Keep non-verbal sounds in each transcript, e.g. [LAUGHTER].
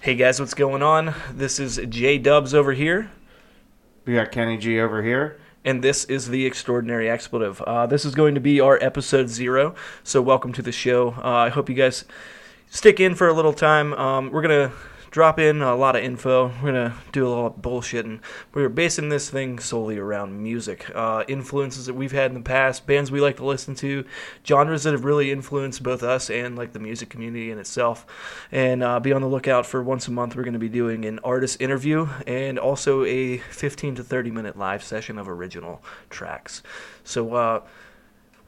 Hey guys, what's going on? This is J Dubs over here, We got Kenny G over here. and this is The Extraordinary Expletive. Uh, this is going to be our episode zero, so welcome to the show. Uh, I hope you guys stick in for a little time. Um, we're going to drop in a lot of info, we're going to do a lot of bullshitting. We're basing this thing solely around music, uh, influences that we've had in the past, bands we like to listen to, genres that have really influenced both us and like the music community in itself. And uh, be on the lookout for once a month. We're going to be doing an artist interview and also a 15 to 30 minute live session of original tracks. So uh,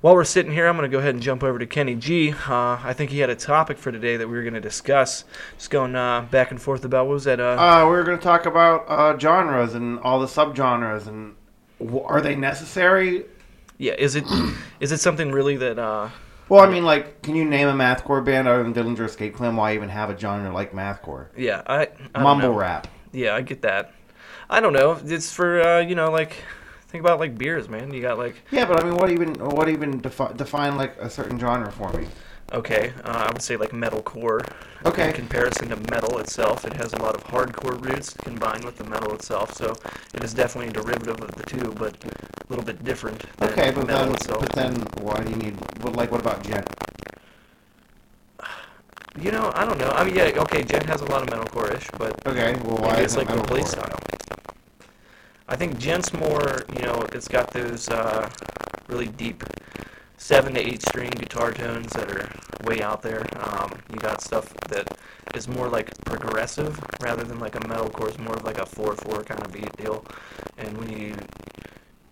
while we're sitting here, I'm going to go ahead and jump over to Kenny G. Uh, I think he had a topic for today that we were going to discuss. Just going uh, back and forth about what was that? Uh, Uh, we were going to talk about uh, genres and all the subgenres and w- are they necessary? yeah, is it [CLEARS THROAT] is it something really that? Uh, Well, I mean, like, can you name a mathcore band other than Dillinger Escape Plan? Why even have a genre like mathcore? yeah, I, I don't Mumble know. rap. Yeah, I get that. I don't know. It's for uh, you know, like think about like beers, man. You got like Yeah, but I mean, what even what even defi- define like a certain genre for me? okay, uh, I would say like metalcore. Okay. In comparison to metal itself, it has a lot of hardcore roots combined with the metal itself, so it is definitely a derivative of the two, but a little bit different. Than Okay, but metal then itself. but then why do you need? But like, what about gen? you know, I don't know. I mean, yeah, okay, Jen has a lot of metalcore-ish, but Okay, well, why Maybe it's is like the play metalcore? style. I think gents more, you know, it's got those uh, really deep seven to eight string guitar tones that are way out there. Um, you got stuff that is more like progressive rather than like a metalcore. It's more of like a four four kind of beat deal. And when you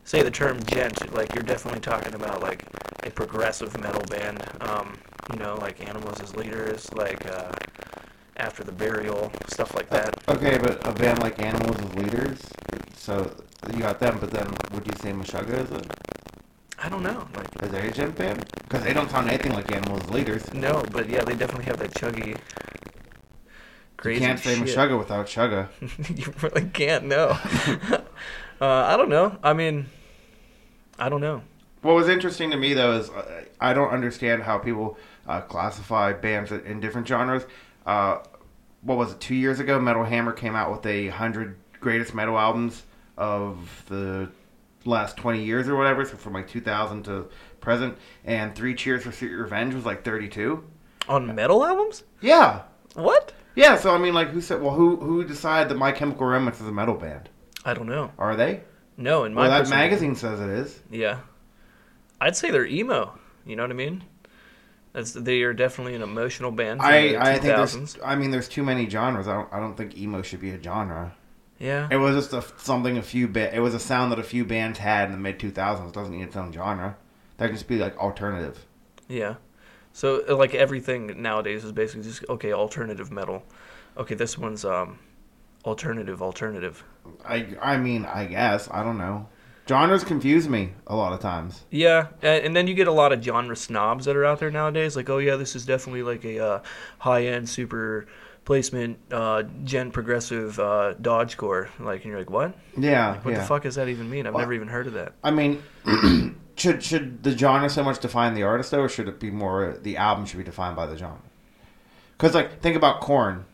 say the term gent, like you're definitely talking about like a progressive metal band. Um, you know, like Animals as Leaders, like uh, After the Burial, stuff like that. Okay, but a band like Animals as leaders, so you got them. But then, would you say Meshuggah is a I don't know. Like is they a gent band? Because they don't sound anything like Animals as leaders. no, but yeah, they definitely have that chuggy. You Crazy can't say shit. Meshuggah without Shugga. [LAUGHS] you really can't [LAUGHS] know. uh, I don't know. I mean, I don't know. What was interesting to me though is uh, I don't understand how people uh, classify bands in- in different genres. Uh, what was it? Two years ago, Metal Hammer came out with a hundred greatest metal albums of the last twenty years or whatever, so from like two thousand to present. And Three Cheers for Sweet Revenge was like thirty-two. On metal albums? Yeah, What? yeah. So I mean, like, who said? Well, who who decided that My Chemical Romance is a metal band? I don't know. Are they? No, in my Well, that personal- magazine says it is. Yeah, I'd say they're emo. You know what I mean? That's they are definitely an emotional band. from I, the I think 2000s. there's I mean there's too many genres. I don't I don't think emo should be a genre. yeah. It was just a, something a few ba- it was a sound that a few bands had in the mid 2000s. It doesn't need its own genre. That can just be like alternative. Yeah. So uh, like everything nowadays is basically just okay, alternative metal. Okay, this one's um alternative alternative. I I mean I guess I don't know. Genres confuse me a lot of times. Yeah, a- and then you get a lot of genre snobs that are out there nowadays like, "Oh yeah, this is definitely like a uh, high-end super placement uh gen progressive uh dodgecore." Like and you're like, "What? Yeah, What yeah. the fuck does that even mean? I've never even heard of that." I mean, [CLEARS THROAT] should should the genre so much define the artist though, or should it be more the album should be defined by the genre? Because like think about Corn.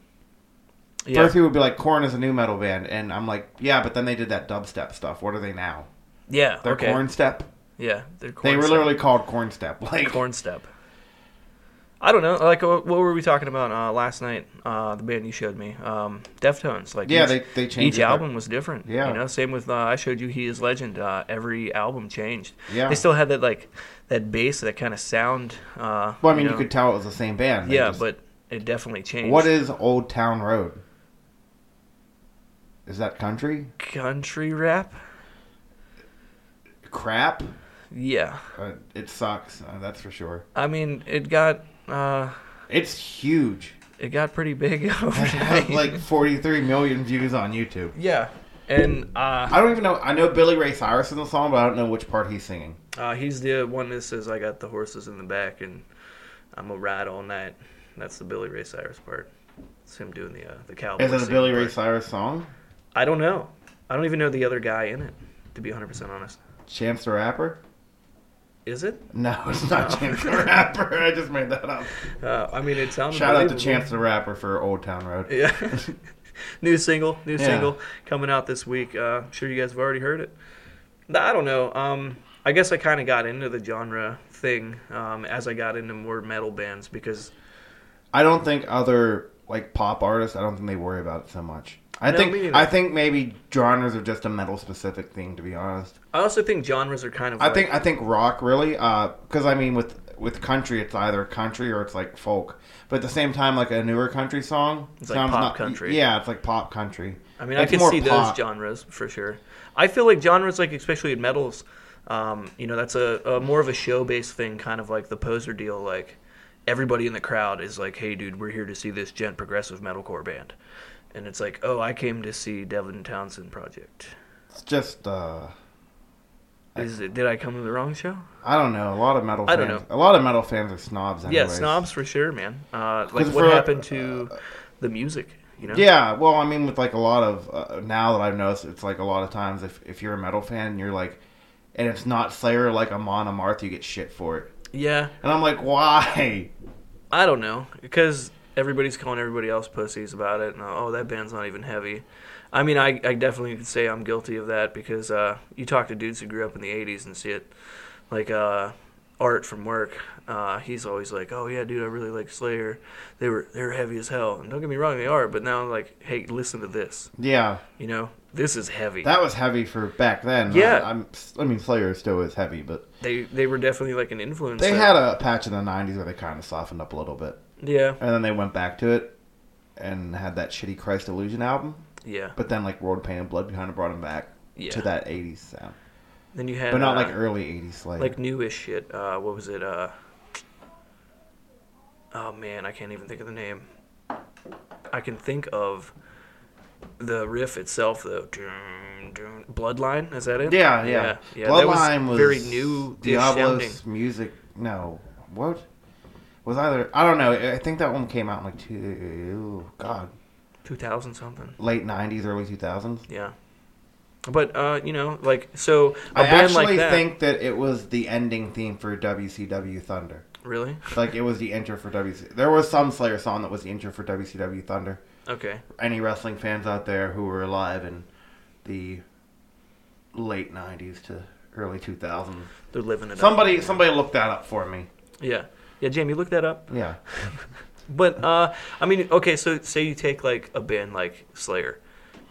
Yeah. First people would be like, Corn is a new metal band, and I'm like, yeah, but then they did that dubstep stuff. What are they now? yeah. They're okay. corn step. Yeah, they're corn They were step. literally called corn step. [LAUGHS] Like corn step. I don't know. Like, wh- what were we talking about uh, last night? Uh, the band you showed me, um, Deftones. Like, Yeah, each- they- they changed Each it. album was different. Yeah. you know, same with uh, I showed you. He is Legend. Uh, every album changed. Yeah. they still had that like that bass, that kind of sound. Uh, Well, I mean, you, know. could tell it was the same band. They Yeah, just- but it definitely changed. what is Old Town Road? Is that country? country rap? Crap. Yeah, Uh, it sucks. Uh, that's for sure. I mean, it got uh, It's [LAUGHS] huge. it got pretty big [LAUGHS] It has overnight. [LAUGHS] like 43 million views on YouTube. yeah, and uh, I don't even know. I know Billy Ray Cyrus in the song, but I don't know which part he's singing. Uh, he's the one that says, I got the horses in the back and I'm going to ride all night. That's the Billy Ray Cyrus part. It's him doing the, uh, the cowboy. Is it a singing Billy Ray part. Cyrus song? I don't know. I don't even know the other guy in it, to be 100% honest. Chance the Rapper? Is it? No, [LAUGHS] it's not Chance the Rapper. I just made that up. Uh, I mean, it sounds. Shout out to Chance the Rapper for Old Town Road. Yeah. [LAUGHS] [LAUGHS] new single, new Yeah. single coming out this week. Uh, I'm sure you guys have already heard it. Nah, I don't know. Um, I guess I kind of got into the genre thing um, as I got into more metal bands because I don't think other like pop artists. I don't think they worry about it so much. I No, me think neither. I think maybe genres are just a metal specific thing. To be honest, I also think genres are kind of. I like- think I think rock really. Because I mean, with with country, it's either country or it's like folk. But at the same time, like a newer country song, It's like pop country. Yeah, it's like pop country. I mean, I It's can more see those pop. genres for sure. I feel like genres, like especially in metals, um, you know, that's a, a more of a show-based thing, kind of like the poser deal. Like everybody in the crowd is like, "Hey, dude, we're here to see this gent progressive metalcore band," and it's like, "Oh, I came to see Devin Townsend Project." It's just uh, Is it, did I come to the wrong show? I don't know. A lot of metal. I fans, don't A lot of metal fans are snobs. Anyways. Yeah, snobs for sure, man. Uh, like 'Cause what for- uh, happened to the music? You know? Yeah, well, I mean, with like a lot of uh, now that I've noticed, it's like a lot of times if, if you're a metal fan and you're like, and it's not Slayer like Amon Amarth, you get shit for it. Yeah, And I'm like, why? [LAUGHS] I don't know because everybody's calling everybody else pussies about it, and uh, oh, that band's not even heavy. I mean, I, I definitely could say I'm guilty of that because uh, you talk to dudes who grew up in the '80s and see it, like uh, Art from work. Uh, he's always like, "Oh yeah, dude, I really like Slayer. They were they were heavy as hell." And don't get me wrong, they are. But now, like, hey, listen to this. Yeah, You know, this is heavy. that was heavy for back then. Yeah. I, am I mean, Slayer still is heavy, but they they were definitely like an influence. they that- had a patch in the '90s where they kind of softened up a little bit, yeah and then they went back to it and had that shitty Christ Illusion album. yeah But then like World of Pain and Blood kind of brought them back yeah. to that '80s sound, Then you had but not uh, like early '80s Slayer. like newish shit. Uh, what was it? Uh, oh man, I can't even think of the name. I can think of the riff itself though. Doom, doom. Bloodline is that it? Yeah, yeah. yeah. Bloodline that was, was, very new. sounding. Diablo's music. No, what was either? I don't know. I think that one came out in like two, God, Two thousand something. late '90s, early 2000s. Yeah. But uh, you know, like so a I band actually like that. think that it was the ending theme for WCW Thunder. really? Like it was the intro for WC. There was some Slayer song that was the intro for WCW Thunder. Okay. Any wrestling fans out there who were alive in the late '90s to early 2000s, They're living it up. somebody somebody looked that up for me. Yeah. Yeah, Jamie, look that up. Yeah. But uh, I mean, okay, so say you take like a band like Slayer,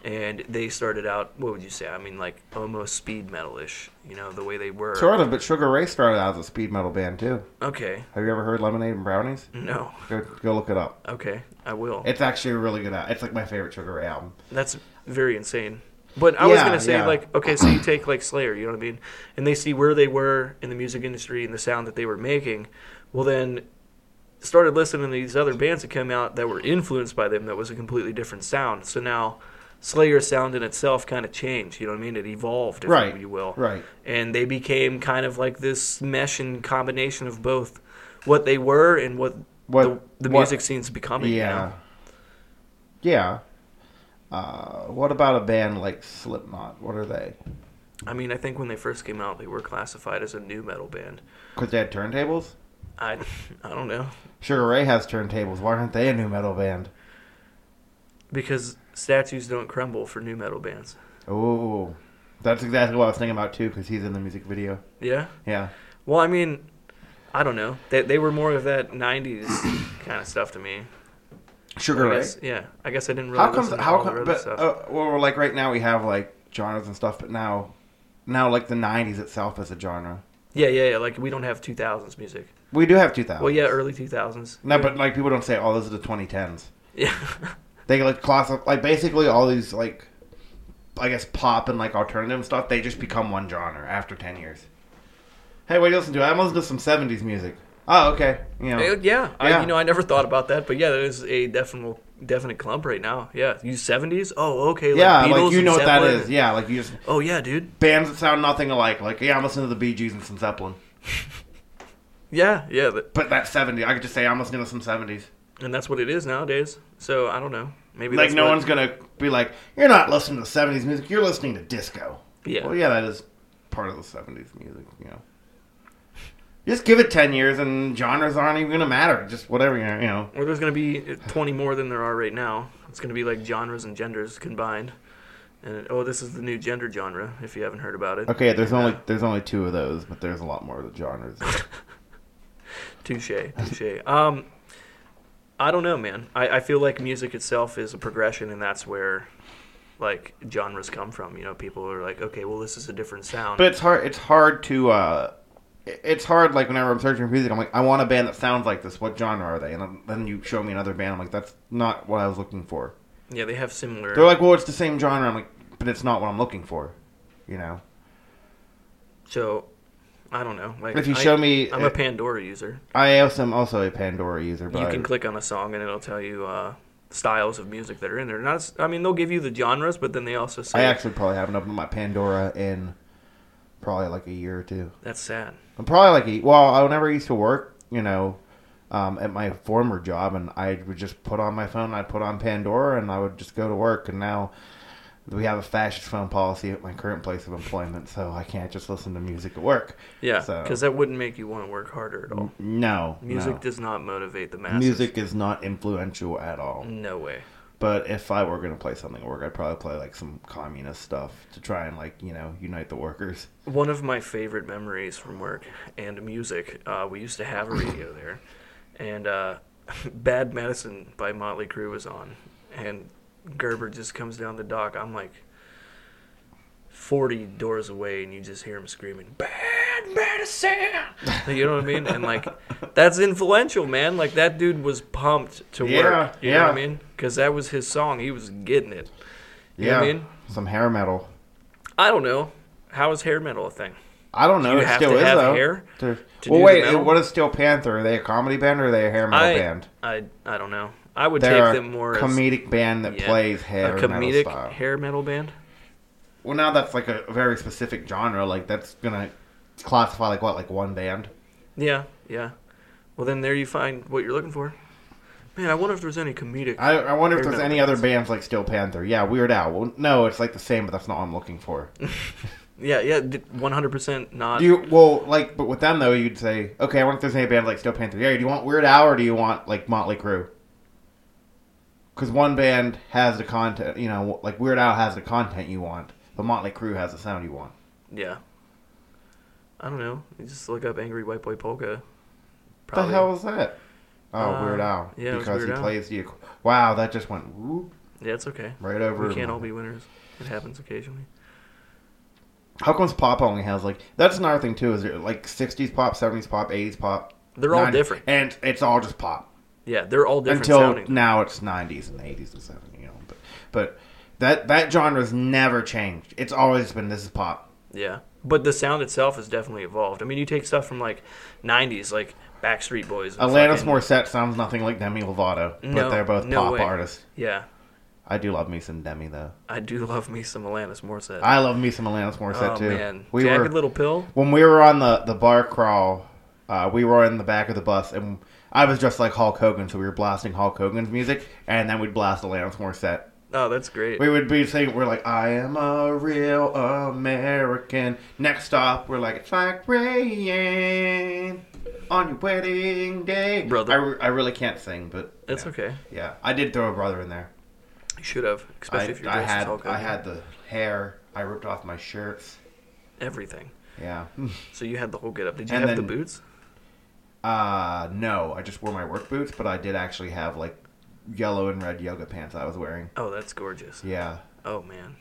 and they started out. What would you say? I mean, like almost speed metal-ish. You know, the way they were. Sort of, but Sugar Ray started out as a speed metal band too. Okay. Have you ever heard Lemonade and Brownies? No. Go, go look it up. Okay, I will. It's actually a really good album. It's like my favorite Sugar Ray album. That's very insane. But I was Yeah, gonna say yeah. like, okay, so you take like Slayer, you know what I mean, and they see where they were in the music industry and the sound that they were making. Well, then started listening to these other bands that came out that were influenced by them that was a completely different sound. So now Slayer's sound in itself kind of changed, you know what I mean? It evolved, if Right, you will. right. And they became kind of like this mesh and combination of both what they were and what, What- the, the what- music scene's becoming. you yeah. know? Yeah. Uh, what about a band like Slipknot? What are they? I mean, I think when they first came out, they were classified as a new metal band. Because they had turntables? I, I don't know Sugar Ray has turntables. Why aren't they a new metal band? because statues don't crumble for new metal bands. Oh. That's exactly what I was thinking about too, because he's in the music video. Yeah. Yeah. Well, I mean, I don't know. They they were more of that '90s [COUGHS] kind of stuff to me. Sugar I Ray? guess, yeah. I guess I didn't really How comes? listen to How all the come? other But stuff. uh, well, like right now we have like genres and stuff, but now, now like the '90s itself is a genre. yeah, yeah, yeah. Like we don't have 2000s music. We do have 2000s. Well, yeah, er-, early 2000s. No, but like people don't say, "Oh, those are the 2010s." [LAUGHS] Yeah. They like classify like basically all these like, I guess pop and like alternative stuff. They just become one genre after 10 years. Hey, what do you listen to? I'm listening to some 70s music. Oh, okay. You know, yeah. yeah. I, Yeah. you know, I never thought about that, but yeah, there is a definite definite clump right now. Yeah. You 70s? Oh, okay. Like yeah, Beatles like you and know what that Zeppelin. is. Yeah, like you just Oh yeah, dude. bands that sound nothing alike. Like yeah, I'm listening to the Bee Gees and some Zeppelin. Yeah, yeah. That, But that 70, I could just say I'm listening to some 70s. and that's what it is nowadays. So I don't know. Maybe like that's no what- one's gonna be like, you're not listening to '70s music. You're listening to disco. Yeah. Well, yeah, that is part of the '70s music. You know. Just give it ten years, and genres aren't even gonna matter. Just whatever you know. You know. Well, there's going to be 20 more than there are right now. It's going to be like genres and genders combined. And oh, this is the new gender genre. If you haven't heard about it, Okay, there's only there's only two of those, but there's a lot more of the genres. touche, touche. Um, I don't know, man. I, I feel like music itself is a progression, and that's where like genres come from. You know, people are like, okay, well, this is a different sound. But it's hard. It's hard to. Uh, it- it's hard. Like whenever I'm searching for music, I'm like, I want a band that sounds like this. What genre are they? And then- then you show me another band. I'm like, that's not what I was looking for. yeah, they have similar. They're like, well, it's the same genre. I'm like, but it's not what I'm looking for. You know. so I don't know. Like, If you I- show me- I'm a Pandora user. I also am also a Pandora user, but You I- can click on a song, and it'll tell you. Uh, styles of music that are in there not as- i mean they'll give you the genres but then they also say I actually probably haven't opened my Pandora in probably like a year or two. that's sad I'm probably like a, well, I never used to work, you know, um, at my former job, and I would just put on my phone, I'd put on Pandora, and I would just go to work. And now we have a fascist phone policy at my current place of employment, so I can't just listen to music at work. Yeah, So- because that wouldn't make you want to work harder at all. No, Music no. does not motivate the masses. music is not influential at all. no way. But if I were gonna play something at work, I'd probably play like some communist stuff to try and like you know unite the workers. One of my favorite memories from work and music. Uh, we used to have a radio there, and uh, [LAUGHS] "Bad Medicine" by Motley Crue was on, and Gerber just comes down the dock. I'm like forty doors away, and you just hear him screaming "Bad Medicine." Like, [LAUGHS] you know what I mean? And like that's influential, man. Like that dude was pumped to Yeah, work. You know what I yeah. mean? Because that was his song. He was getting it. You know what I mean? some hair metal. I don't know. How is hair metal a thing? I don't know. you it have still to is have though. hair There's- to well, do the wait. metal? What is Steel Panther? Are they a comedy band or are they a hair metal I, band? I I don't know. I would They're take a them more comedic band that as yeah, plays hair a metal comedic style. hair metal band. Well, now that's like a very specific genre. Like that's gonna classify like what like one band. Yeah, yeah. Well, then there you find what you're looking for. Man, I wonder if there's any comedic. I, I wonder if Hair there's metal any other bands like Steel Panther. Yeah, Weird Al. Well, no, it's like the same, but that's not what I'm looking for. yeah, yeah, 100 percent not. Do you well like but with them though you'd say okay I wonder if there's any band like Steel Panther yeah do you want Weird Al or do you want like Motley Crue? Because one band has the content you know like Weird Al has the content you want but Motley Crue has the sound you want. yeah. I don't know. You just look up "Angry White Boy Polka." What the hell is that? Oh Uh, Weird Al yeah, it was because Weird he Al. plays the ac- wow that just went whoop, Yeah, it's okay. right over. We can't all be winners. It happens occasionally. How comes pop only has like that's another thing too is there, like 60s pop 70s pop 80s pop They're all 90s, different. and it's all just pop. Yeah, they're all different until sounding. now it's 90s and 80s and 70s you know but, but that that genre's never changed it's always been this is pop Yeah, but the sound itself has definitely evolved. I mean, you take stuff from like '90s, like Backstreet Boys. And Alanis fucking- Morissette sounds nothing like Demi Lovato but No, they're both no pop way. artists Yeah, I do love me some Demi though I do [LAUGHS] love me some Alanis Morissette. I love me some Alanis oh Morissette too man, we Jagged were Little Pill. when we were on the the bar crawl uh, we were in the back of the bus and I was dressed like Hulk Hogan so we were blasting Hulk Hogan's music and then we'd blast Alanis Morissette Oh, that's great. We would be saying, we're like, I am a real American. Next stop, we're like, it's like rain on your wedding day. Brother. I, re- I really can't sing, but. That's yeah. okay. Yeah, I did throw a brother in there. You should have, especially I, if you're I dressed as had Hulk I Hogan. had the hair. I ripped off my shirts. everything. Yeah. [LAUGHS] So you had the whole getup. Did you And have the then- boots? Uh, no, I just wore my work boots, but I did actually have like yellow and red yoga pants I was wearing. Oh, that's gorgeous. Yeah. Oh man,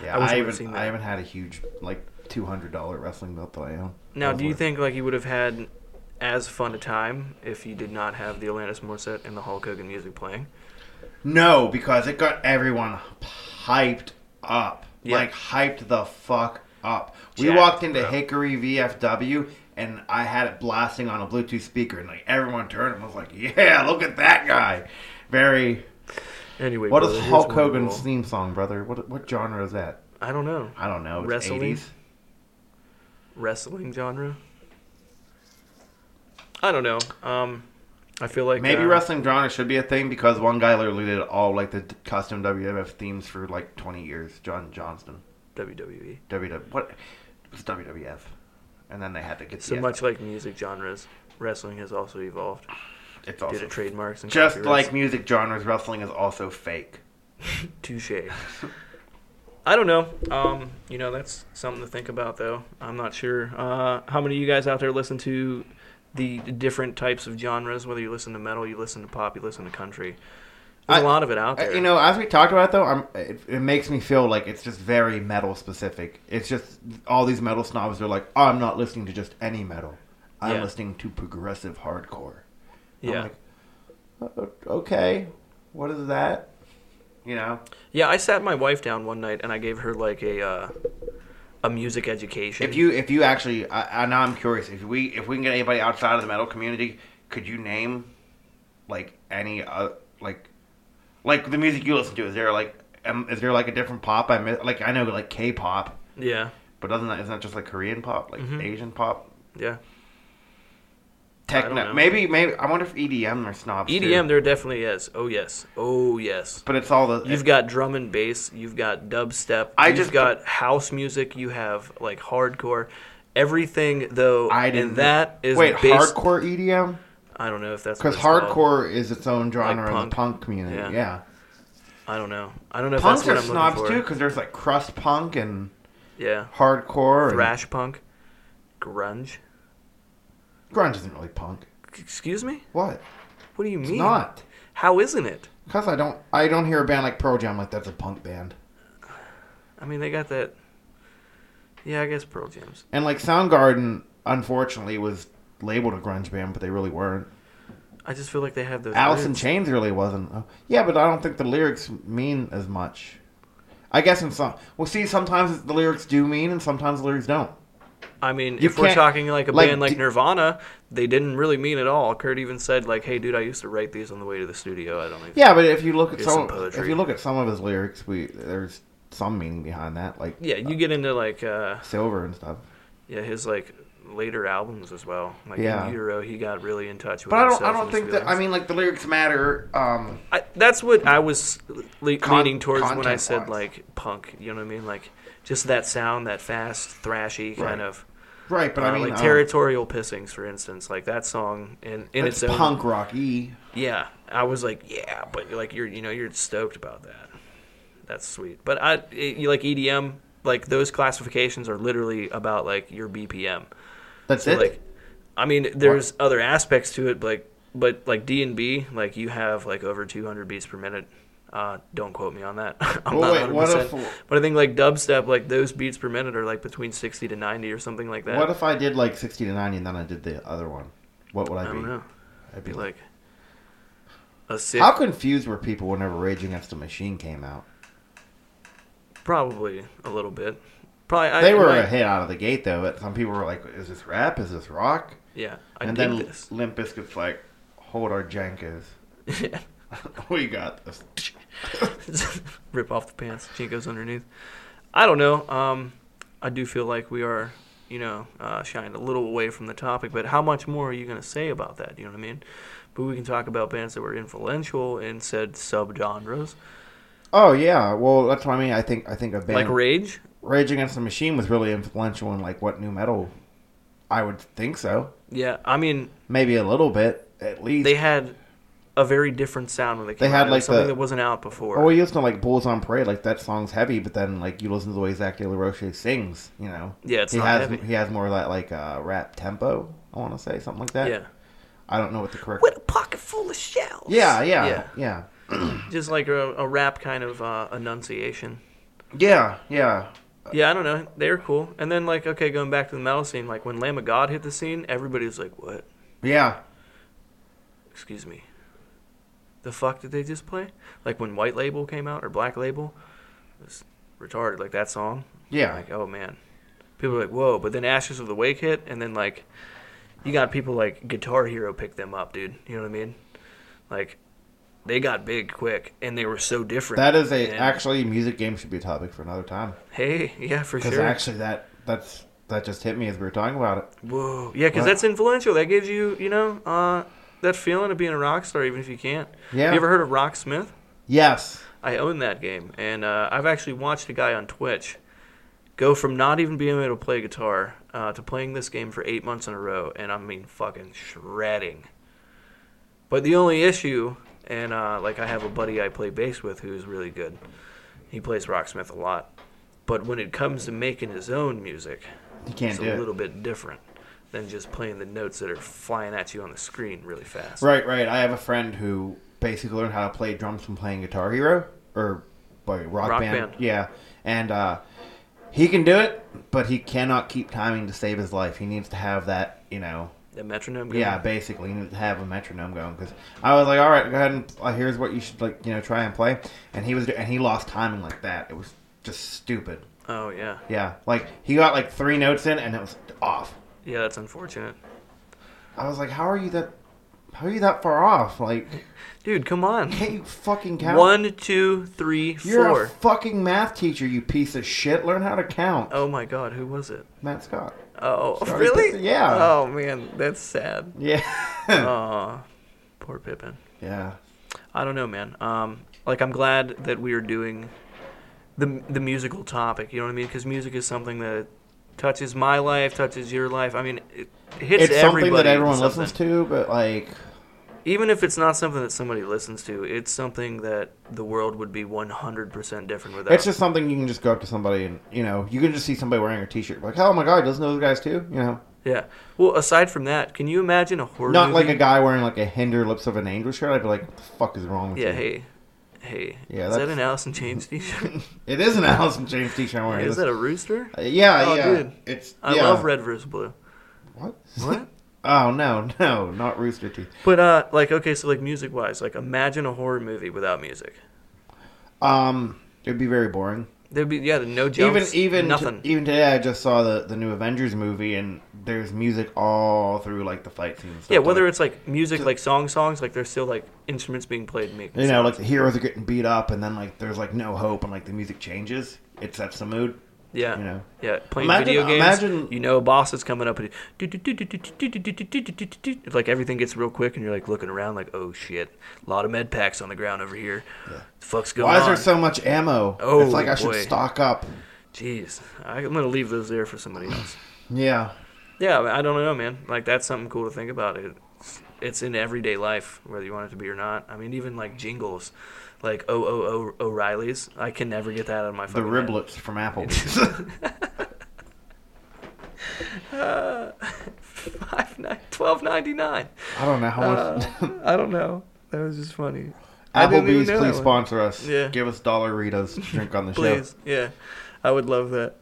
Yeah. I wish I, I would've seen even that. I haven't had a huge like two hundred dollar wrestling belt that I own. I now was do you wearing. think like you would have had as fun a time if you did not have the Alanis Morissette and the Hulk Hogan music playing? No, because it got everyone hyped up. Yeah. Like hyped the fuck up. We Jacked, walked into bro. Hickory VFW and I had it blasting on a Bluetooth speaker and like everyone turned and was like, "Yeah, look at that guy." Very Anyway, What brother, is here's Hulk one Hogan's rule. theme song, brother? What what genre is that? I don't know. I don't know. It's Wrestling? 80s. wrestling genre. I don't know. Um, I feel like Maybe uh, wrestling genre should be a thing because one guy literally did all like the custom WWF themes for like E. 20 years, John Johnston. WWE. WW what? It's WWF. and then they had to get So the much like music genres, wrestling has also evolved it's due also to trademarks and just copyrights. like music genres, wrestling is also fake. touche. [LAUGHS] I don't know. Um, you know, that's something to think about, though. I'm not sure uh, how many of you guys out there listen to the different types of genres. Whether you listen to metal, you listen to pop, you listen to country. There's a I- lot of it out Uh, there. You know, as we talked about though, I'm, it, it makes me feel like it's just very metal specific. It's just all these metal snobs are like, oh, I'm not listening to just any metal. I'm Yeah. listening to progressive hardcore. I'm yeah, like, "Uh, okay, what is that? You know, yeah. I sat my wife down one night and I gave her like a uh, a music education. if you if you actually, I, I now I'm curious if we if we can get anybody outside of the metal community, could you name like any uh, like like the music you listen to? Is there like um, is there like a different pop? I miss, like I know like K-pop. yeah, But doesn't that isn't that just like Korean pop, like Mhm. Asian pop, yeah. techno? know. Maybe maybe I wonder if E EDM are snobs. too. EDM, E there definitely is. Oh yes, oh yes. but it's all the You've got drum and bass. You've got dubstep. I you've just- got house music. You have like hardcore. Everything though, I didn't and that is wait based, hardcore E EDM I don't know if that's what because it's called. hardcore is its own genre Like in the punk community. Yeah. Yeah, I don't know. I don't know if punks are that's what I'm snobs looking too for. because there's like crust punk and Yeah, hardcore. and- thrash punk, grunge. grunge isn't really punk. C- Excuse me. What? What do you mean? It's not How isn't it? because I don't I don't hear a band like Pearl Jam like that's a punk band. I mean, they got that. Yeah, I guess Pearl Jam's. And like Soundgarden, unfortunately, was labeled a grunge band, but they really weren't. I just feel like they have those. Alice in roots. Chains really wasn't. uh, Yeah, but I don't think the lyrics mean as much. I guess in some. Well, see, sometimes the lyrics do mean, and sometimes the lyrics don't. I mean, You if we're can't- talking like a like, band like d- Nirvana, they didn't really mean it all. Kurt even said like, "Hey, dude, I used to write these on the way to the studio. I don't even." Yeah, but if you look at Here's some some, poetry. if you look at some of his lyrics, we there's some meaning behind that, like Yeah, you get into like uh silver and stuff. yeah his like later albums as well. Like Yeah. in Utero, he got really in touch with. But I don't, himself I and don't his think that. I feelings. mean, like the lyrics matter. Um, I, that's what I was le- Con- leaning towards when I said content-wise. like punk. You know what I mean? Like just that sound, that fast, thrashy kind Right. of. right, but uh, I mean, like uh, territorial pissings, for instance, like that song in in it's its own. punk rock e. Yeah, I was like, yeah, but you're like you're you know you're stoked about that. That's sweet. But I it, you like EDM, like those classifications are literally about like your BPM. That's So it. like, I mean, there's other aspects to it, but like, but like D and B, like you have like over 200 beats per minute. Uh, don't quote me on that. [LAUGHS] I'm Well, not wait, what 100%. if- but I think like dubstep, like those beats per minute are like between 60 to 90 or something like that. what if I did like sixty to ninety, and then I did the other one? What would I, I be? don't know. I'd Be be like a sick. Mm-hmm. How confused were people whenever Rage Against the Machine came out? Probably a little bit. Probably I, They were I- a hit out of the gate, though. But some people were like, "Is this rap? Is this rock?" Yeah, I and dig then this. Limp Bizkit's like, "Hold our jankers, [LAUGHS] we got this." [LAUGHS] Rip off the pants. Jinko's underneath. I don't know. Um, I do feel like we are, you know, uh, shying a little away from the topic. But how much more are you going to say about that? You know what I mean? But we can talk about bands that were influential in said subgenres, Oh yeah, well that's what I mean. I think I think a band like like Rage. Rage Against the Machine was really influential in like what new metal. I would think so, Yeah, I mean, maybe a little bit at least. they had a very different sound when they came They had, out. It was like, something the- Oh, that wasn't out before. or we used to like Bulls on Parade, like that song's heavy, but then like you listen to the way Zach De La Roche sings, you know. Yeah, it's he not has heavy. he has more of that like uh, rap tempo. I want to say something like that. yeah, I don't know what the correct. with a pocket full of shells. Yeah, yeah, yeah. yeah, yeah, Just like a, a rap kind of uh, enunciation. yeah, yeah. Yeah, I don't know. They were cool. And then, like, okay, going back to the metal scene, like when Lamb of God hit the scene, everybody was like, "What? Excuse me, the fuck did they just play?" Like when White Label came out or Black Label, it was retarded. Like that song. Yeah. Like, oh man, people were like, "Whoa!" But then Ashes of the Wake hit, and then like, you got people like Guitar Hero picked them up, dude. You know what I mean? Like, they got big quick, and they were so different. That is a And- actually music game should be a topic for another time Hey, yeah, for because sure. actually that that's that just hit me as we were talking about it. Whoa. Yeah, because Right. that's influential. That gives you, you know, uh, that feeling of being a rock star, even if you can't. Yeah. You ever heard of Rocksmith? Yes. I own that game, and uh, I've actually watched a guy on Twitch go from not even being able to play guitar uh, to playing this game for eight months in a row, and I mean fucking shredding. But the only issue, and uh, like I have a buddy I play bass with who's really good. He plays Rocksmith a lot, but when it comes to making his own music, You can't it's do a it. little bit different than just playing the notes that are flying at you on the screen really fast. Right, right. I have a friend who basically learned how to play drums from playing Guitar Hero or by Rock, Rock Band. Band. Yeah, and uh, he can do it, but he cannot keep timing to save his life. He needs to have that, you know. The metronome. going. Yeah, basically, he needs to have a metronome going because I was like, all right, go ahead and uh, here's what you should like, you know, try and play. And he was, and he lost timing like that. It was just stupid. Oh yeah. Yeah, like he got like three notes in and it was off. Yeah, that's unfortunate. I was like, how are you that? How are you that far off? Like, Dude, come on. can't you fucking count? One, two, three, You're four. a fucking math teacher, you piece of shit. Learn how to count. Oh my god, who was it? Matt Scott. [LAUGHS] Oh, Sorry, really? Pippin, yeah. Oh man, that's sad. [LAUGHS] Yeah. Oh, poor Pippin. yeah. I don't know, man. Um, like I'm glad that we are doing the the musical topic. You know what I mean? Because music is something that touches my life, touches your life. I mean, it hits It's, something everybody that everyone something. listens to, but like, Even if it's not something that somebody listens to, it's something that the world would be 100% different without. it's just something you can just go up to somebody and, you know, you can just see somebody wearing a t shirt. Like, oh my god, doesn't those guys too? You know? yeah. Well, aside from that, can you imagine a horror Not movie? like a guy wearing like a Hinder Lips of an Angel shirt. I'd be like, what the fuck is wrong with Yeah, you? hey. Hey. Yeah, is that that's- an Alice in Chains t-shirt? [LAUGHS] [LAUGHS] It is an Allison James t shirt I'm wearing. is that a rooster? Uh, yeah, Oh, yeah. dude. It's, I yeah. love red versus blue. What? What? [LAUGHS] oh, no, no, not Rooster Teeth. [LAUGHS] But uh like okay, so like music wise, like imagine a horror movie without music. Um, it'd be very boring. There'd be yeah, no jumps, even even nothing. even today, I just saw the the new Avengers movie, and there's music all through like the fight scenes. and stuff. yeah, whether like, it's like music like song songs, like there's still like instruments being played and making you know, sounds. like the heroes are getting beat up, and then like there's like no hope, and like the music changes, it sets the mood. yeah. you know. Yeah, playing Imagine- video games. imagine- you know, a boss is coming up and you- like everything gets real quick, and you're like looking around, like, oh shit, a lot of med packs on the ground over here. The fuck's going Why is on? there so much ammo? Oh, it's like I should boy. stock up. Jeez, I- I'm gonna leave those there for somebody else. Yeah, Yeah, I I don't know, man. Like that's something cool to think about. It's, it's in everyday life, whether you want it to be or not. I mean, even like jingles, like oh oh oh O'Reilly's. I can never get that out of my the fucking head. riblets from Applebee's. [LAUGHS] [LAUGHS] Uh, five nine twelve ninety nine. I don't know how much. [LAUGHS] I don't know. That was just funny. Uh, I didn't even Applebee's, know that please one. sponsor us. Yeah. Give us dollar Ritas to drink on the show. Please, yeah, I would love that.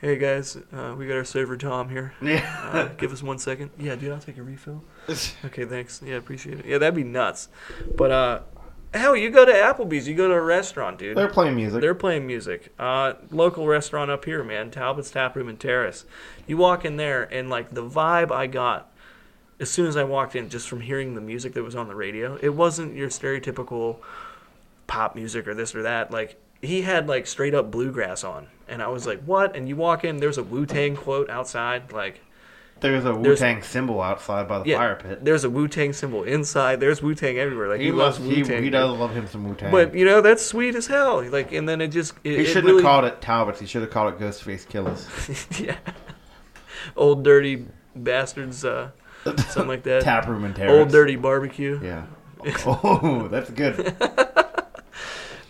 Hey guys, uh, we got our server Tom here. [LAUGHS] Yeah. Uh, [LAUGHS] give us one second. Yeah, dude, I'll take a refill. Okay, thanks. Yeah, appreciate it. Yeah, that'd be nuts. But uh, hell, you go to Applebee's, you go to a restaurant, dude. [LAUGHS] They're playing music. They're playing music. Uh, local restaurant up here, man. Talbot's Tap Room and Terrace. You walk in there, and like the vibe I got as soon as I walked in, just from hearing the music that was on the radio, it wasn't your stereotypical pop music or this or that. Like he had like straight up bluegrass on, and I was like, what? And you walk in, there's a Wu Tang quote outside, like. There's a Wu Tang symbol outside by the Yeah, fire pit. there's a Wu Tang symbol inside. There's Wu Tang everywhere. Like he, He loves loves Wu he, Tang. he does love him some Wu Tang. But you know that's sweet as hell. Like, and then it just it, He it shouldn't really, [LAUGHS] have called it Talbots. He should have called it Ghostface Killers. yeah, old dirty bastards, uh, something like that. Tap room and terrace. old dirty barbecue. [LAUGHS] Yeah. Oh, that's good. Can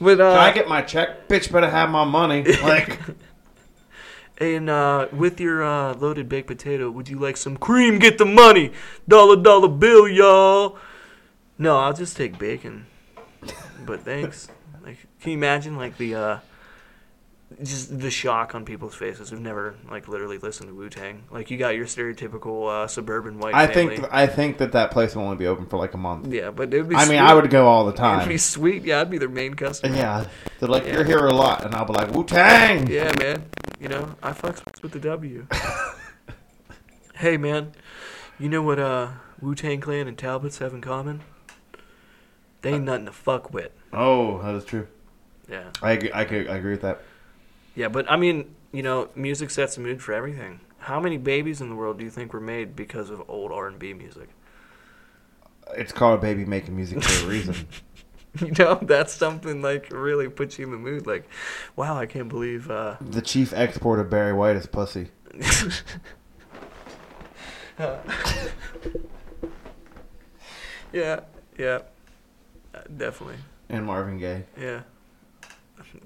But uh, I get my check? Bitch, better have [LAUGHS] my money. Like, and uh, with your uh, loaded baked potato, would you like some cream? Get the money, dollar dollar bill, y'all. No, I'll just take bacon. But [LAUGHS] thanks. Like, can you imagine like the uh, just the shock on people's faces who've never like literally listened to Wu Tang? Like, you got your stereotypical uh, suburban white. I family. think I think that that place will only be open for like a month. Yeah, but it'd be. I mean, sweet. I would go all the It'd be [LAUGHS] time. sweet. Yeah, I'd be their main customer. Yeah, they're like Yeah. you're here a lot, and I'll be like Wu Tang. Yeah, man. You know, I fucks with the W. hey, man. You know what uh, Wu Tang Clan and Talbots have in common? They ain't nothing to fuck with. Oh, that is true. Yeah. I agree, I, agree, I agree with that. Yeah, but I mean, you know, music sets the mood for everything. How many babies in the world do you think were made because of old R and B music? [LAUGHS] [LAUGHS] It's called a baby making music for a reason. you know, that's something like really puts you in the mood. Like, wow, I can't believe. Uh, The chief export of Barry White is pussy. [LAUGHS] yeah, yeah, Uh, definitely. And Marvin Gaye. [LAUGHS] Yeah.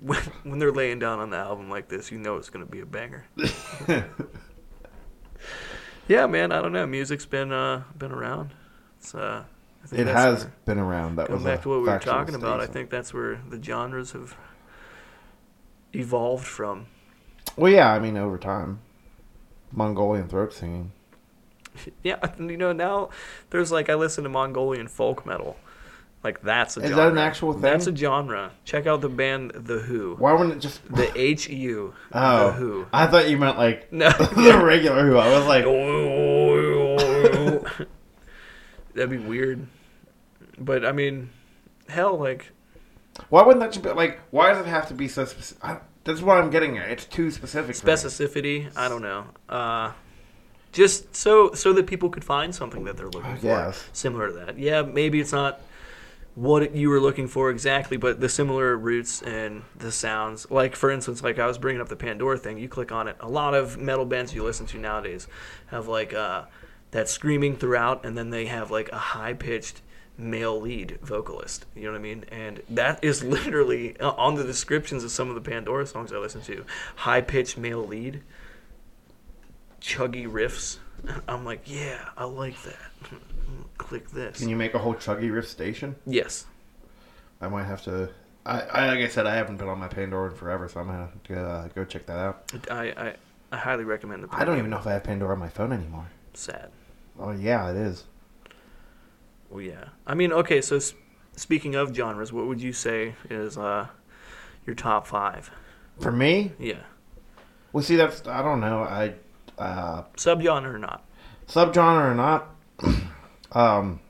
When, when they're laying down on the album like this, you know it's going to be a banger. yeah, man, I don't know. Music's been uh, been around. It's, uh, I think It that's has where- been around. That was Going back a to what we were factual talking about, I statement. think that's where the genres have evolved from. [LAUGHS] Well, yeah, I mean, over time, Mongolian throat singing. Yeah, you know, now there's like I listen to Mongolian folk metal. Like that's a Is genre. that an actual thing? That's a genre. Check out the band The Who. Why wouldn't it just? The H U. [LAUGHS] Oh, The Who. I thought you meant like [LAUGHS] No. the regular Who. I was like, [LAUGHS] That'd be weird. But I mean, hell, like why wouldn't that just be like? Why does it have to be so specific? I, that's what I'm getting at. It's too specific. for me. specificity. I don't know. Uh, just so so that people could find something that they're looking I for, guess. similar to that. Yeah, maybe it's not what you were looking for exactly, but the similar roots and the sounds. Like for instance, like I was bringing up the Pandora thing. You click on it. A lot of metal bands you listen to nowadays have like uh, that screaming throughout, and then they have like a high pitched male lead vocalist. You know what I mean? And that is [LAUGHS] literally uh, on the descriptions of some of the Pandora songs I listen to. High pitched male lead chuggy riffs. [LAUGHS] I'm like, yeah, I like that. [LAUGHS] Click this. Can you make a whole chuggy riff station? yes. I might have to. I, I like I said, I haven't been on my Pandora in forever, so I'm gonna have to uh, go check that out. I, I, I highly recommend the I don't even know if I have Pandora on my phone anymore. Sad. Oh yeah, it is. Well, yeah. I mean, okay, so s- speaking of genres, what would you say is uh, your top five? For me, Yeah. well, see, that's I don't know. I uh, Subgenre or not? subgenre or not. [CLEARS THROAT] um,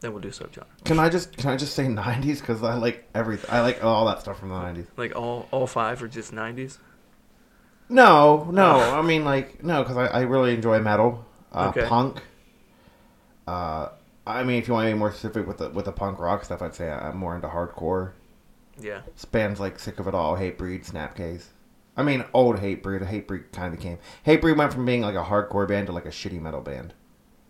Then we'll do subgenre. can I just can I just say [LAUGHS] '90s because I like everything. I like all that stuff from the '90s. Like all, all five or just 90s? No, no. I mean, like, no, because I, I really enjoy metal, uh, Oh. Okay. punk. Uh, I mean, if you want to be more specific with the with the punk rock stuff, I'd say I'm more into hardcore. Yeah. Spans like Sick of It All, Hate Breed, Snapcase. I mean, old Hate Breed. Hate Breed kind of came. Hate Breed went from being like a hardcore band to like a shitty metal band.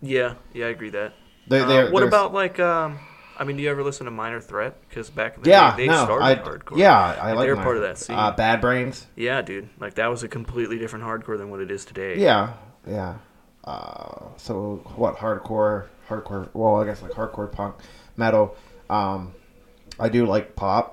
Yeah. Yeah, I agree that. They, Uh, they're- what they're- about like, um, I mean, do you ever listen to Minor Threat? Because back in the Yeah, day, they no, started I, hardcore. Yeah, I like They're my- part of that scene. Uh, Bad Brains. Yeah, dude. Like that was a completely different hardcore than what it is today. Yeah, yeah. Uh, so what? Hardcore, hardcore. Well, I guess like hardcore punk, metal. Um, I do like pop.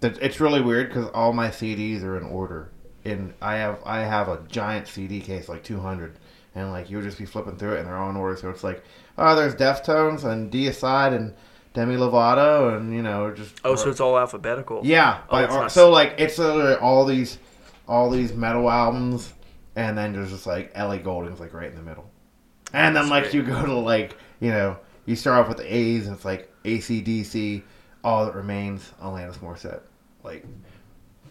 That- It's really weird because all my CDs are in order, and I have I have a giant CD case like two hundred, and like you'll just be flipping through it and they're all in order. So it's like, oh, there's Deftones and Deicide and Demi Lovato, and you know just Oh, so it's all alphabetical. yeah, Oh, by it's ar- not- so like it's literally all these, all these metal albums, and then there's just like Ellie Golding's like right in the middle, and then That's like great. you go to like you know you start off with the A's and it's like ACDC, all that remains Alanis Morissette, like,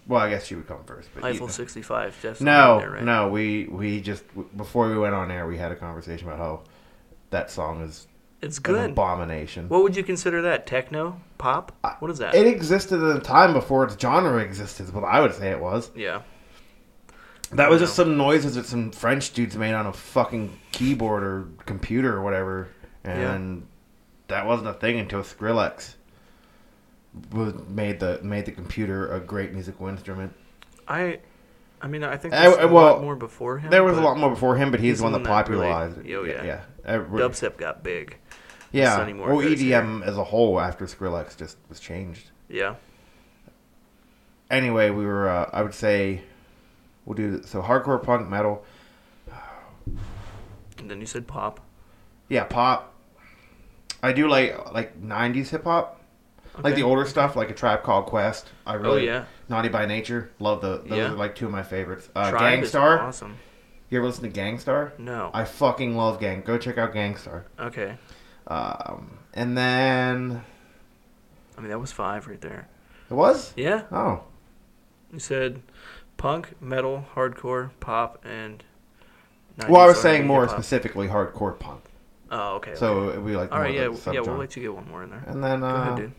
well I guess she would come first, but Eiffel you- 65. Jeff's no, in there, right? no, we we just w- before we went on air we had a conversation about how that song is It's an good. abomination. What would you consider that? Techno? Pop? What is that? it existed at a time before its genre existed, is what I would say it was. yeah. That was just No. some noises that some French dudes made on a fucking keyboard or computer or whatever, and that wasn't a thing until Skrillex was, made the made the computer a great musical instrument. I I mean, I think I- there's I- a well, lot more before him. There was a but lot more before him, but he's, the one that really- popularized it. Oh, yeah. yeah, Every- Dubstep got big. yeah. Sonny Moore Well, goes EDM as a whole after Skrillex just was changed. Yeah. Anyway, we were. Uh, I would say we'll do so hardcore punk metal. And then you said pop. Yeah, pop. I do like like '90s hip hop, like Okay. Oh, the older stuff, like a Tribe Called Quest. I really yeah. Naughty by Nature. Love the those Yeah. are like two of my favorites. Uh, Tribe is Gangstar. Awesome. You ever listen to Gangstar? No. I fucking love Gang. Go check out Gangstar. okay. Um, and then I mean, that was five right there. it was Yeah. oh You said punk, metal, hardcore, pop, and. well 90s I was saying R&B, more hip-hop. specifically hardcore punk. Oh, okay. okay. So it'd be like all right, more yeah, of a yeah. We'll subgenre. let you get one more in there. And then Go uh, ahead, dude.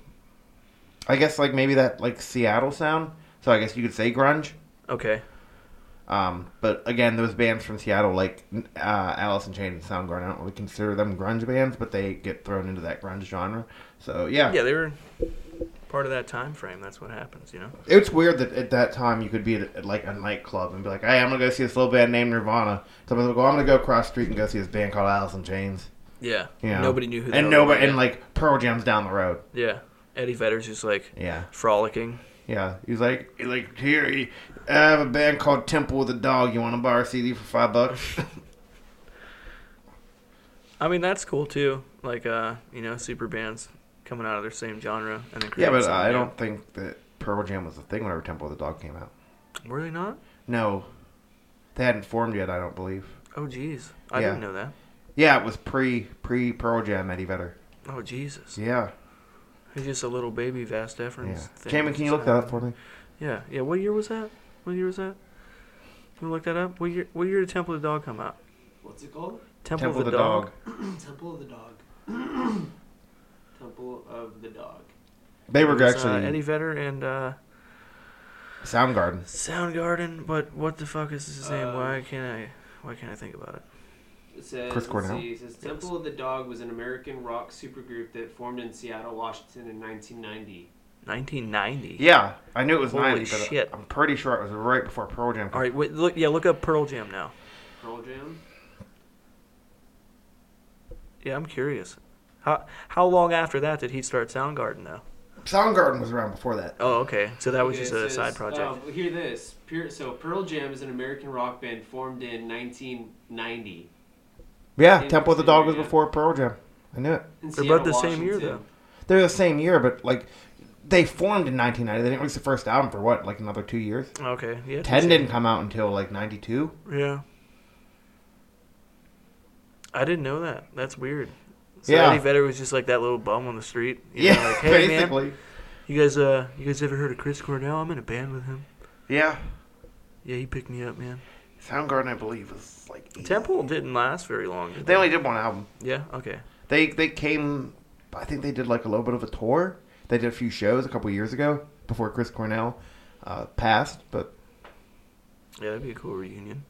I guess like maybe that like Seattle sound. So I guess you could say grunge. Okay. Um, but again, those bands from Seattle, like uh, Alice in Chains and Soundgarden, I don't really consider them grunge bands, but they get thrown into that grunge genre. So yeah, Yeah, they were part of that time frame. That's what happens, you know. it's weird that at that time you could be at, at, like a nightclub and be like, "Hey, I'm gonna go see this little band named Nirvana." Somebody's like, "Well, I'm gonna go across the street and go see this band called Alice in Chains." Yeah. You know? Nobody knew who. they and were, nobody and yeah. like Pearl Jam's down the road. Yeah. Eddie Vedder's just like Yeah, frolicking. yeah. He's like, he's like here, he- I have a band called Temple with a Dog. You want to buy a CD for [LAUGHS] five bucks? I mean, that's cool too. Like, uh, you know, super bands coming out of their same genre and then yeah, creating but something I new. don't think that Pearl Jam was a thing whenever Temple with a Dog came out. Were they not? No, they hadn't formed yet. I don't believe. Oh, jeez. I Yeah. didn't know that. Yeah, it was pre pre Pearl Jam Eddie Vedder. Oh, Jesus. Yeah, He's just a little baby Vast Efron. yeah. Jamie, can you look that up for me? Yeah, yeah. What year was that? What year was that? Can we look that up? What year? What year did Temple of the Dog come out? What's [CLEARS THROAT] it called? Temple, of the, Dog. Temple of [CLEARS THROAT] the Dog. Temple of the Dog. They It were was, actually uh, Eddie Vedder and uh, Soundgarden. Soundgarden. But what the fuck is his name? Uh, Why can't I? Why can't I think about it? It says, Chris let's Cornell? see, it says Temple of the Dog was an American rock supergroup that formed in Seattle, Washington in 1990. 1990. Yeah, I knew it was Holy ninety, but uh, shit. I'm pretty sure it was right before Pearl Jam. All right. Wait, look. Yeah. Look up Pearl Jam now. Pearl Jam? Yeah, I'm curious. How how long after that did he start Soundgarden though? Soundgarden was around before that. Oh, okay. So that was Okay, just it a says, side project. Oh, hear this. Pure, so Pearl Jam is an American rock band formed in 1990. Yeah, Yeah, Temple of the Dog was yeah. before Pearl Jam. I knew it. In They're Seattle, both the same year, Washington. They're the same year, but like they formed in 1990. They didn't release the first album for what, like another two years. Okay. Yeah. Ten didn't come out until like '92. Yeah. I didn't know that. That's weird. So Yeah. Eddie Vedder was just like that little bum on the street. You Yeah, [LAUGHS] know, like, hey man, basically. you guys, uh, you guys ever heard of Chris Cornell? I'm in a band with him. Yeah, Yeah, he picked me up, man. Soundgarden, I believe, was like eight. Temple didn't last very long. did They only did one album. Yeah. Okay. They they came. I think they did like a little bit of a tour. They did a few shows a couple years ago before Chris Cornell uh, passed. But Yeah, that'd be a cool reunion.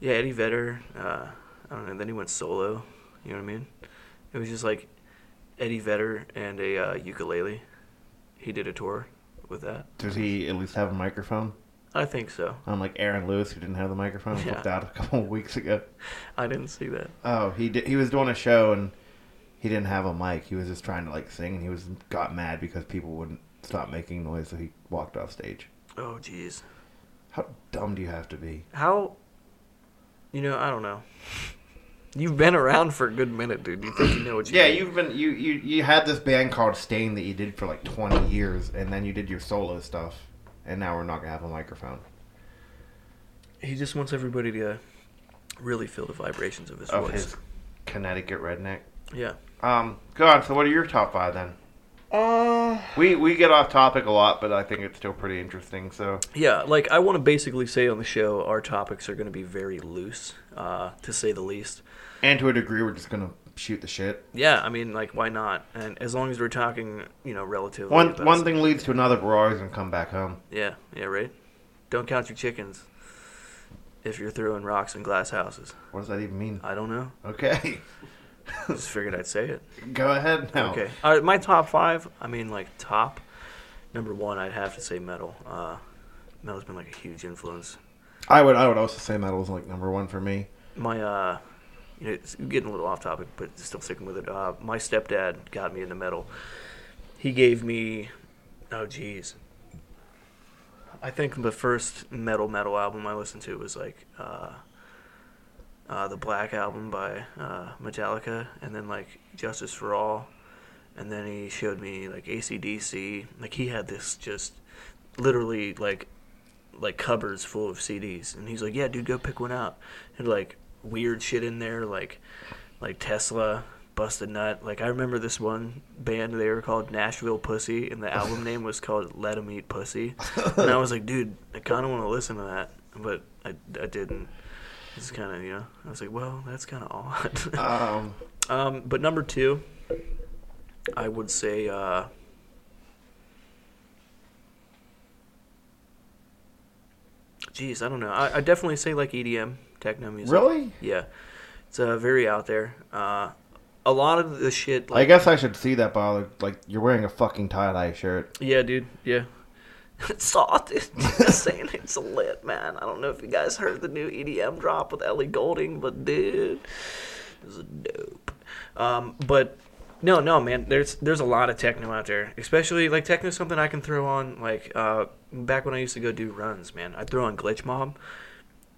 Yeah, Eddie Vedder. Uh, I don't know. Then he went solo. You know what I mean? It was just like Eddie Vedder and a uh, ukulele. He did a tour with that. does he at least have a microphone? I think so. Unlike Aaron Lewis, who didn't have the microphone, Yeah. flipped out a couple [LAUGHS] of weeks ago. I didn't see that. Oh, he did, he was doing a show and he didn't have a mic. He was just trying to like sing, and he was got mad because people wouldn't stop making noise, so he walked off stage. Oh, jeez. How dumb do you have to be? How? You know, I don't know. You've been around for a good minute, dude. You think you know what you? Yeah, do. you've been you, you you had this band called Stain that you did for like twenty years, and then you did your solo stuff, and now we're not gonna have a microphone. He just wants everybody to really feel the vibrations of his Of voice. his Connecticut redneck. Yeah. Um, God, so what are your top five then? Uh. We we get off topic a lot, but I think it's still pretty interesting. So Yeah, like I want to basically say on the show, our topics are going to be very loose, uh, to say the least. and to a degree, we're just gonna shoot the shit. Yeah, I mean, like, why not? And as long as we're talking, you know, relatively. One about- one thing leads to another. but We're always gonna come back home. Yeah, yeah, right. Don't count your chickens if you're throwing rocks in glass houses. What does that even mean? I don't [LAUGHS] know. Okay, Just figured I'd say it. go ahead now. Okay. All right, my top five. I mean, like top number one, I'd have to say metal. Uh, metal's been like a huge influence. I would I would also say metal is like number one for me. My, uh, you know, it's getting a little off topic, but still sticking with it. Uh, my stepdad got me into metal. He gave me, oh geez, I think the first metal metal album I listened to was like. Uh, uh, the Black album by uh, Metallica, and then like Justice for All, and then he showed me like ACDC. Like he had this just literally like like cupboards full of CDs, and he's like, "Yeah, dude, go pick one out." And like weird shit in there, like like Tesla. Busted Nut. Like, I remember this one band, they were called Nashville Pussy, and the album name was called Let 'em Eat Pussy. And I was like, dude, I kind of want to listen to that, but I, I didn't. It's kind of, you know, I was like, well, that's kind of odd. [LAUGHS] Um, um, but number two, I would say, uh, geez, I don't know. I, I definitely say like EDM, techno music. really? Yeah. It's uh, very out there. Uh, a lot of the shit, I like, guess I should see that by like you're wearing a fucking tie dye shirt. yeah, dude, yeah. [LAUGHS] It's soft. [LAUGHS] Just saying, it's lit, man. I don't know if you guys heard the new EDM drop with Ellie Golding, but dude, this is dope. Um, but no, no, man. There's there's a lot of techno out there, especially like techno's something I can throw on. Like uh, back when I used to go do runs, man, I'd throw on Glitch Mob.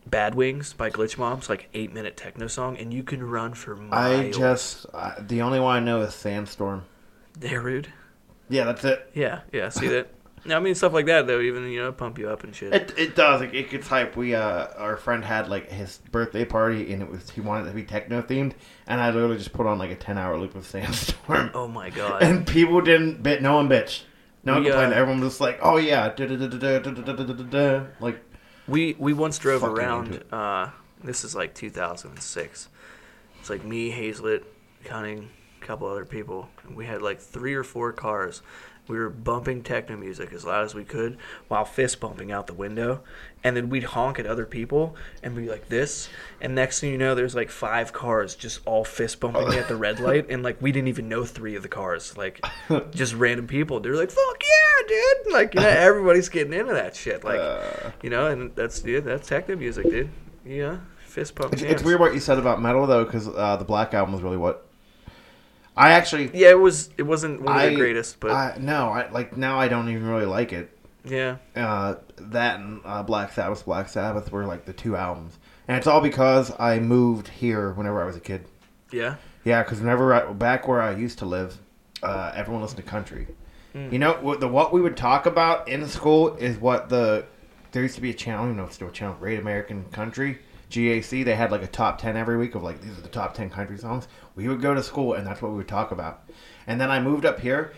Bad Wings by Glitch Mob's like eight minute techno song, and you can run for miles. I just I, the only one I know is Sandstorm. They're rude. Yeah, that's it. Yeah, yeah. See that? [LAUGHS] No, I mean stuff like that though. Even you know, pump you up and shit. It it does. It, it gets hype. We uh, our friend had like his birthday party, and it was he wanted it to be techno themed, and I literally just put on like a ten hour loop of Sandstorm, [LAUGHS] oh my god. and people didn't bit. No one bitch. No one We, uh, complained. Everyone was just like, "Oh yeah, da da da da da da da da da." Like, We we once drove Fucking into around. it. Uh, this is like 2006. It's like me, Hazlett, Cunning, a couple other people. And we had like three or four cars. We were bumping techno music as loud as we could while fist bumping out the window. And then we'd honk at other people and be like this. And next thing you know, there's like five cars just all fist bumping at the [LAUGHS] red light. And like we didn't even know three of the cars. Like just random people. They're like, fuck yeah, dude. Like, [LAUGHS] you know, everybody's getting into that shit. Like, Uh. you know, and that's dude, that's techno music, dude. Yeah, fist pump. it's, it's jams. weird what you said about metal though, because uh, the Black Album was really what I actually. Yeah, it was. It wasn't one of the greatest, but I, no, I like now I don't even really like it. yeah, uh, that and uh, Black Sabbath, Black Sabbath were like the two albums, and it's all because I moved here whenever I was a kid. yeah, Yeah, because whenever I, back where I used to live, uh, everyone listened to country. You know what the what we would talk about in school is what the there used to be a channel. I don't even know if it's still a channel. Great American Country GAC. They had like a top ten every week of like these are the top ten country songs. We would go to school and that's what we would talk about. And then I moved up here,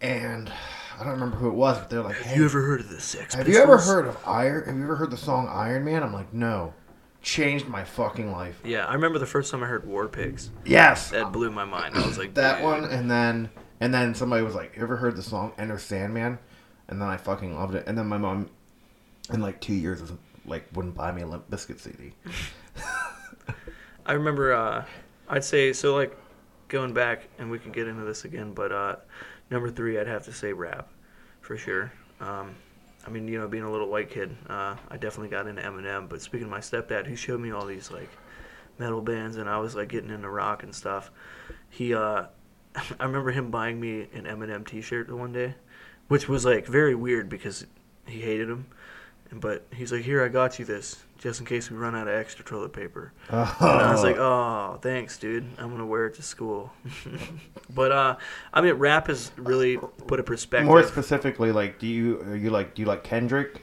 and I don't remember who it was, but they're like, hey, You ever heard of the Sex have Pistols? you ever heard of Iron? Have you ever heard the song Iron Man? I'm like, no. Changed my fucking life. Yeah, I remember the first time I heard War Pigs. Yes, That blew my mind. I was like, that dude. one, and then and then somebody was like, you ever heard the song Enter Sandman? And then I fucking loved it. And then my mom, in like two years, was, like wouldn't buy me a Limp Biscuit CD. I remember. Uh, I'd say so. Like going back, and we can get into this again, but uh, number three, I'd have to say rap, for sure. Um, I mean, you know, being a little white kid, uh, I definitely got into Eminem. But speaking of my stepdad, who showed me all these like metal bands, and I was like getting into rock and stuff. He, uh, [LAUGHS] I remember him buying me an Eminem T-shirt the one day, which was like very weird because he hated him. But he's like, "Here, I got you this, just in case we run out of extra toilet paper." [LAUGHS] And I was like, "Oh, thanks, dude. I'm gonna wear it to school." [LAUGHS] but uh, I mean, rap has really put a perspective, More specifically, like, do you are you like do you like Kendrick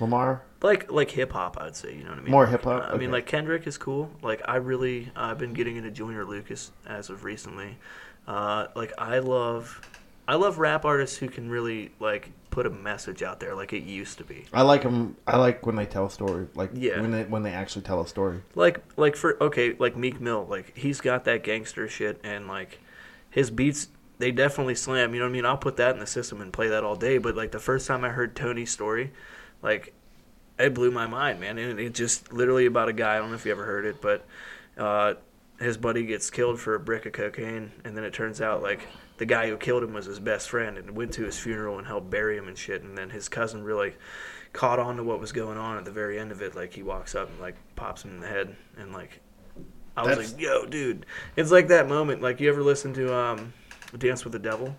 Lamar? like like hip hop. I'd say, you know what I mean? More hip-hop? Uh, I mean, Okay. like Kendrick is cool. Like I really, I've been getting into Junior Lucas as of recently. Uh, like I love, I love rap artists who can really like put a message out there, like it used to be. I like him. I like when they tell a story. Like Yeah. when they when they actually tell a story. like like for okay like meek mill like he's got that gangster shit and like his beats they definitely slam you know what i mean i'll put that in the system and play that all day but like the first time i heard tony's story like it blew my mind man and it just literally about a guy i don't know if you ever heard it but uh his buddy gets killed for a brick of cocaine and then it turns out like the guy who killed him was his best friend and went to his funeral and helped bury him and shit and then his cousin really caught on to what was going on at the very end of it like he walks up and like pops him in the head and like i was That's- like yo dude it's like that moment like you ever listen to um dance with the devil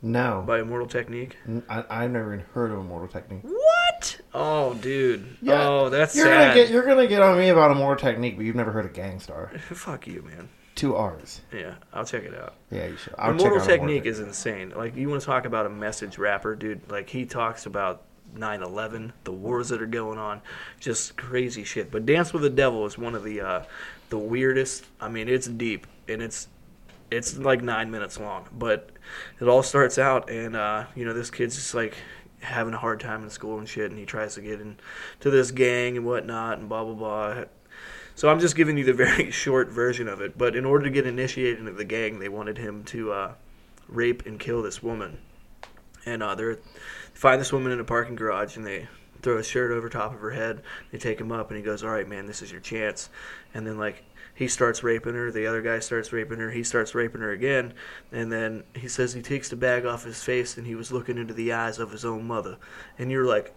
No, by immortal technique I, I've never even heard of Immortal Technique. what oh dude Yeah, oh that's you're sad gonna get you're gonna get on me about Immortal Technique, but you've never heard of Gangstar. fuck you man Two R's. yeah i'll check it out Yeah, you should. I'll Immortal check out Technique is insane. Like you want to talk about a message rapper, dude. Like he talks about 9/11, the wars that are going on, just crazy shit. But Dance with the Devil is one of the uh, the weirdest. I mean, it's deep and it's it's like nine minutes long. But it all starts out, and uh, you know this kid's just like having a hard time in school and shit, and he tries to get into this gang and whatnot, and blah blah blah. So I'm just giving you the [LAUGHS] very short version of it. But in order to get initiated into the gang, they wanted him to uh, rape and kill this woman. And uh, they're find this woman in a parking garage, and they throw a shirt over top of her head. They take him up, and he goes, "All right, man, this is your chance." And then like he starts raping her. The other guy starts raping her. He starts raping her again. And then he says he takes the bag off his face, and he was looking into the eyes of his own mother. And you're like,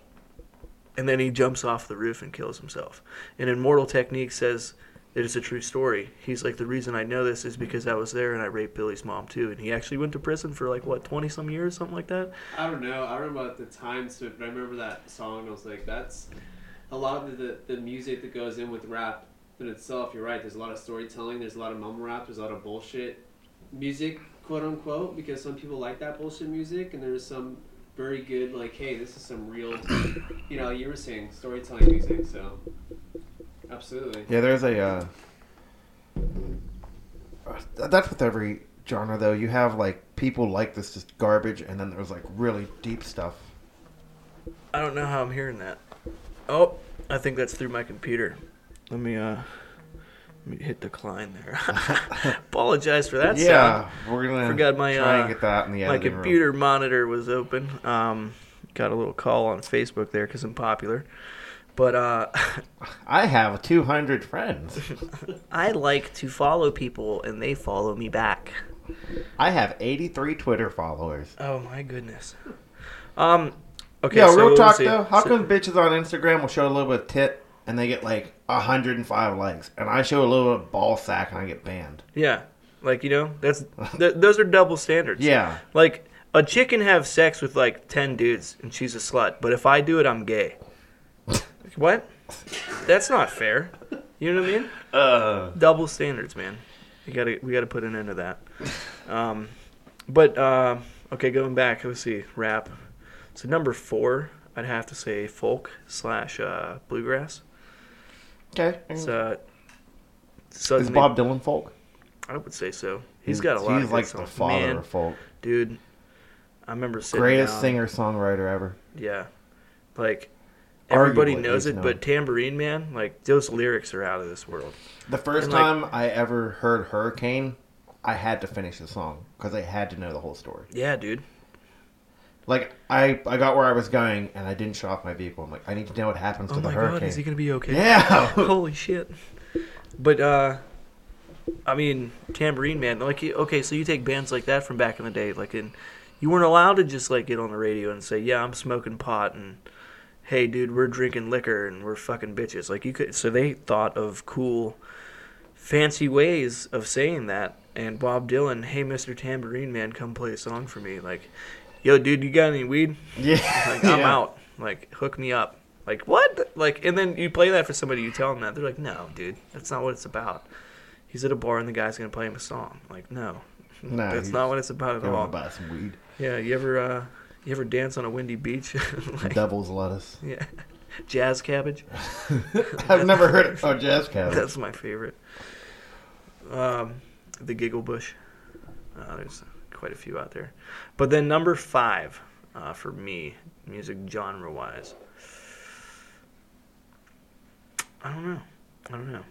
and then he jumps off the roof and kills himself. And Immortal Technique says that it's a true story. He's like, the reason I know this is because I was there and I raped Billy's mom too. And he actually went to prison for like what twenty some years, something like that. I don't know. I remember at the time, so but I remember that song. And I was like, that's a lot of the, the music that goes in with rap in itself. You're right. There's a lot of storytelling. There's a lot of mumble rap. There's a lot of bullshit music, quote unquote, because some people like that bullshit music, and there's some very good like, hey, this is some real, you know, you were saying storytelling music. So absolutely. Yeah, there's a. Uh, uh, that's with every genre, though. You have like people like this just garbage, and then there's like really deep stuff. I don't know how I'm hearing that. Oh, I think that's through my computer. Let me uh, let me hit decline there. [LAUGHS] Apologize for that. sound. yeah, we're gonna Forgot my, try uh, and get that in the my editing room. computer monitor was open. Um, got a little call on Facebook there because I'm popular. But uh, [LAUGHS] I have 200 friends. [LAUGHS] I like to follow people and they follow me back. I have 83 Twitter followers. Oh my goodness. Um. Okay. yeah, so real let's talk see. though. How So- come bitches on Instagram will show a little bit of tit and they get like 105 likes, and I show a little bit of ball sack and I get banned? Yeah. Like you know, that's th- those are double standards. Yeah, Like a chick can have sex with like ten dudes and she's a slut, but if I do it, I'm [LAUGHS] gay. Like, what? That's not fair. You know what I mean? uh, Double standards, man. We gotta we gotta put an end to that. Um, but uh, okay, going back, let's see rap. So number four, I'd have to say folk slash uh, bluegrass. okay. It's, uh, Is Southern- Bob Dylan folk? I would say so. he's got a lot. He's of like like the father Man, of folk. dude. I remember sitting Greatest down- singer songwriter ever. Yeah, like everybody Arguably, knows he's it, known. but Tambourine Man, like those lyrics are out of this world. The first And, like- time I ever heard Hurricane, I had to finish the song because I had to know the whole story. Yeah, dude. Like I, I got where I was going and I didn't shut off my vehicle. I'm like, I need to know what happens Oh to the my hurricane. god, is he gonna be okay? yeah. [LAUGHS] Holy shit. But uh I mean, Tambourine Man, like you- okay, so you take bands like that from back in the day, like in you weren't allowed to just like get on the radio and say, "Yeah, I'm smoking pot and hey dude, we're drinking liquor and we're fucking bitches." Like you could so they thought of cool fancy ways of saying that. And Bob Dylan, "Hey Mr. Tambourine Man, come play a song for me." Like, "Yo dude, you got any weed?" [LAUGHS] yeah. Like I'm Yeah. out. Like hook me up. Like what? Like and then you play that for somebody. You tell them that they're like, no, dude, that's not what it's about. He's at a bar and the guy's gonna play him a song. Like no, No, that's he's not what it's about at Going all. to buy some weed. Yeah, you ever uh, you ever dance on a windy beach? [LAUGHS] like, [LAUGHS] Devil's lettuce. yeah, jazz cabbage. [LAUGHS] I've never heard it. Oh, jazz cat. That's my favorite. Um, the giggle bush. Uh, there's quite a few out there, but then number five uh, for me, music genre wise. I don't know. I don't know.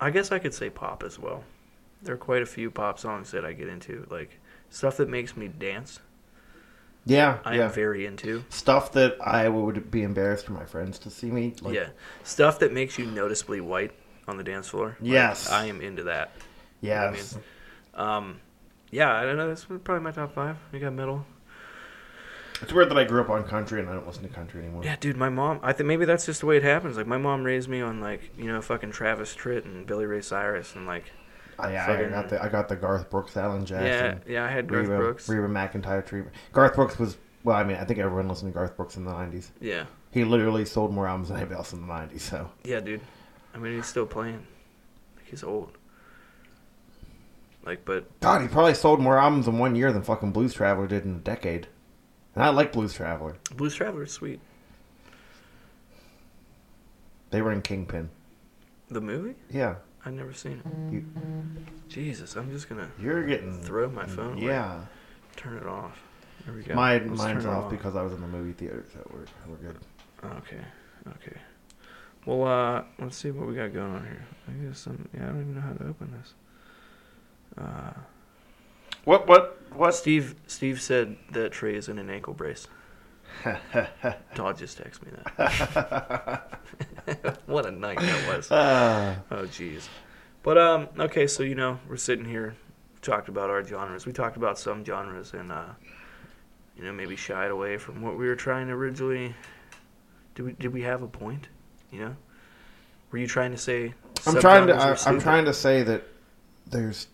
I guess I could say pop as well. There are quite a few pop songs that I get into, like stuff that makes me dance. Yeah, I yeah. am very into. Stuff that I would be embarrassed for my friends to see me. Like, yeah, stuff that makes you noticeably white on the dance floor. Like, Yes. I am into that. Yes. Um, yeah, I don't know. That's probably my top five. We got metal. It's weird that I grew up on country and I don't listen to country anymore. Yeah, dude, my mom. I think maybe that's just the way it happens. Like my mom raised me on like you know fucking Travis Tritt and Billy Ray Cyrus and like I, I, Fucking- got the I got the Garth Brooks, Alan yeah Jackson, yeah I had Garth Reba, Brooks. Reba McIntyre treatment. Garth Brooks was well. I mean, I think everyone listened to Garth Brooks in the '90s. Yeah He literally sold more albums than anybody else in the '90s. So yeah, dude. I mean he's still playing. Like, he's old. Like, but God, he probably sold more albums in one year than fucking Blues Traveler did in a decade. And I like Blues Traveler. Blues Traveler is sweet. They were in Kingpin. The movie? Yeah, I've never seen it. You- Jesus, I'm just gonna you're getting throw my phone. away. Yeah, Turn it off. There we go. my Let's mine's turn it off because I was in the movie theater, so we're we're good. Okay. Okay. Well, uh, let's see what we got going on here. I guess I'm, yeah, I don't even know how to open this. Uh, What? [LAUGHS] [LAUGHS] What? What? Steve Steve said that Trey is in an ankle brace. Todd just texted me [LAUGHS] that. [LAUGHS] what a night that was. Uh, Oh, jeez. But um, okay, so you know we're sitting here, talked about our genres. We talked about some genres and uh, you know maybe shied away from what we were trying to originally. Did we did we have a point? You know, were you trying to say? I'm trying to. subgenres are I, I'm stupid? trying to say that there's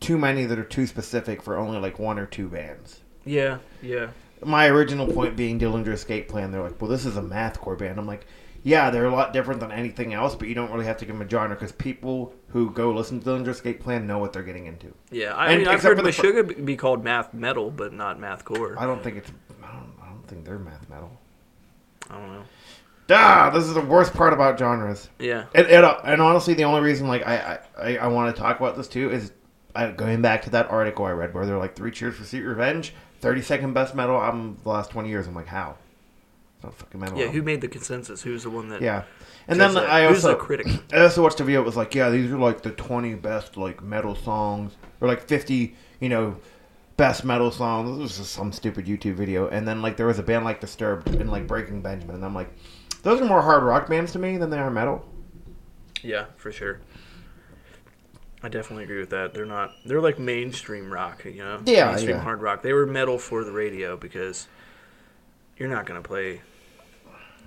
too many that are too specific for only like one or two bands. Yeah, yeah, My original point being Dillinger Escape Plan. They're like, well, this is a mathcore band. I'm like, yeah, they're a lot different than anything else, but you don't really have to give them a genre because people who go listen to Dillinger Escape Plan know what they're getting into. yeah. I And mean, I've heard except for the fir- Meshuggah be called math metal, but not math core. I don't think it's. I don't, I don't think they're math metal. I don't know. Ah, this is the worst part about genres. Yeah, And, and, uh, and honestly, the only reason like I I, I want to talk about this too is I, going back to that article I read where they're like three cheers for Sweet Revenge, thirty second best metal album of the last twenty years. I'm like, how? It's not a fucking metal. yeah. Who album. made the consensus? Who's the one that? yeah. And says then that? I Who's also the critic? I also watched a video. It was like, yeah, these are like the twenty best like metal songs or like fifty, you know. Best metal songs. This was just some stupid YouTube video, and then like there was a band like Disturbed and like Breaking Benjamin, and I'm like, those are more hard rock bands to me than they are metal. Yeah, for sure. I definitely agree with that. They're not. They're like mainstream rock, you know. Yeah, mainstream yeah. hard rock. They were metal for the radio because you're not gonna play.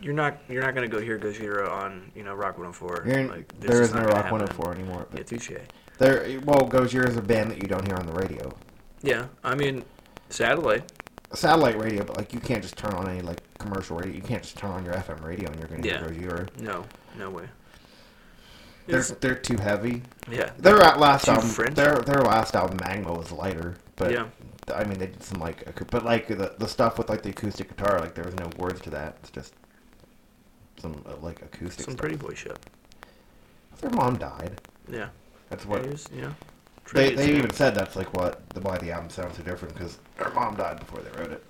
You're not. You're not gonna go hear Gojira on you know Rock 104. You're, Like, this there is is not no gonna Rock happen. 104 anymore. But Yeah, touche. There, well, Gojira is a band that you don't hear on the radio, Yeah, I mean, satellite. satellite radio. But like, you can't just turn on any like commercial radio. You can't just turn on your FM radio and you're going to Yeah. hear Gojira. No, no way. They're It's- they're too heavy. yeah, Their at last Too album, French. their their last album, Magma, was lighter. But Yeah. I mean, they did some like, acou- but like the the stuff with like the acoustic guitar, like there was no words to that. It's just some uh, like acoustic. some stuff. pretty boy shit. Their mom died. Yeah, That's what. It is, yeah. They, Tributes, they yeah. even said that's like what the why the album sounds so different because their mom died before they wrote it.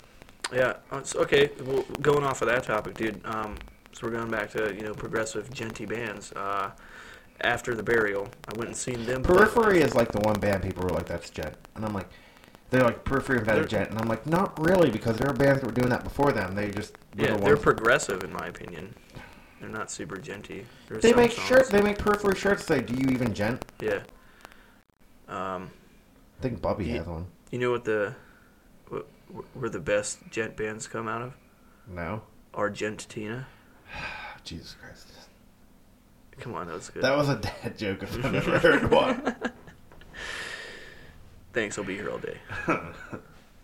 Yeah. uh, so- okay. Well, going off of that topic, dude. Um, so we're going back to you know progressive genty bands. Uh, after the burial, I went and seen them. play. Periphery is like the one band people were like, that's gent. And I'm like, they're like, Periphery invented They're- gent. And I'm like, not really, because there are bands that were doing that before them. They just. were Yeah, the they're ones- progressive in my opinion. They're not super genty. There are they some make songs- shirts. They make Periphery shirts that say, do you even gent? Yeah. Um, I think Bobby Ye- has one. you know what the what, where the best gent bands come out of? No? Argentina. Oh, Jesus Christ. Come on, that's good. That was a dad joke if I've ever heard [LAUGHS] one. Thanks, I'll be here all day.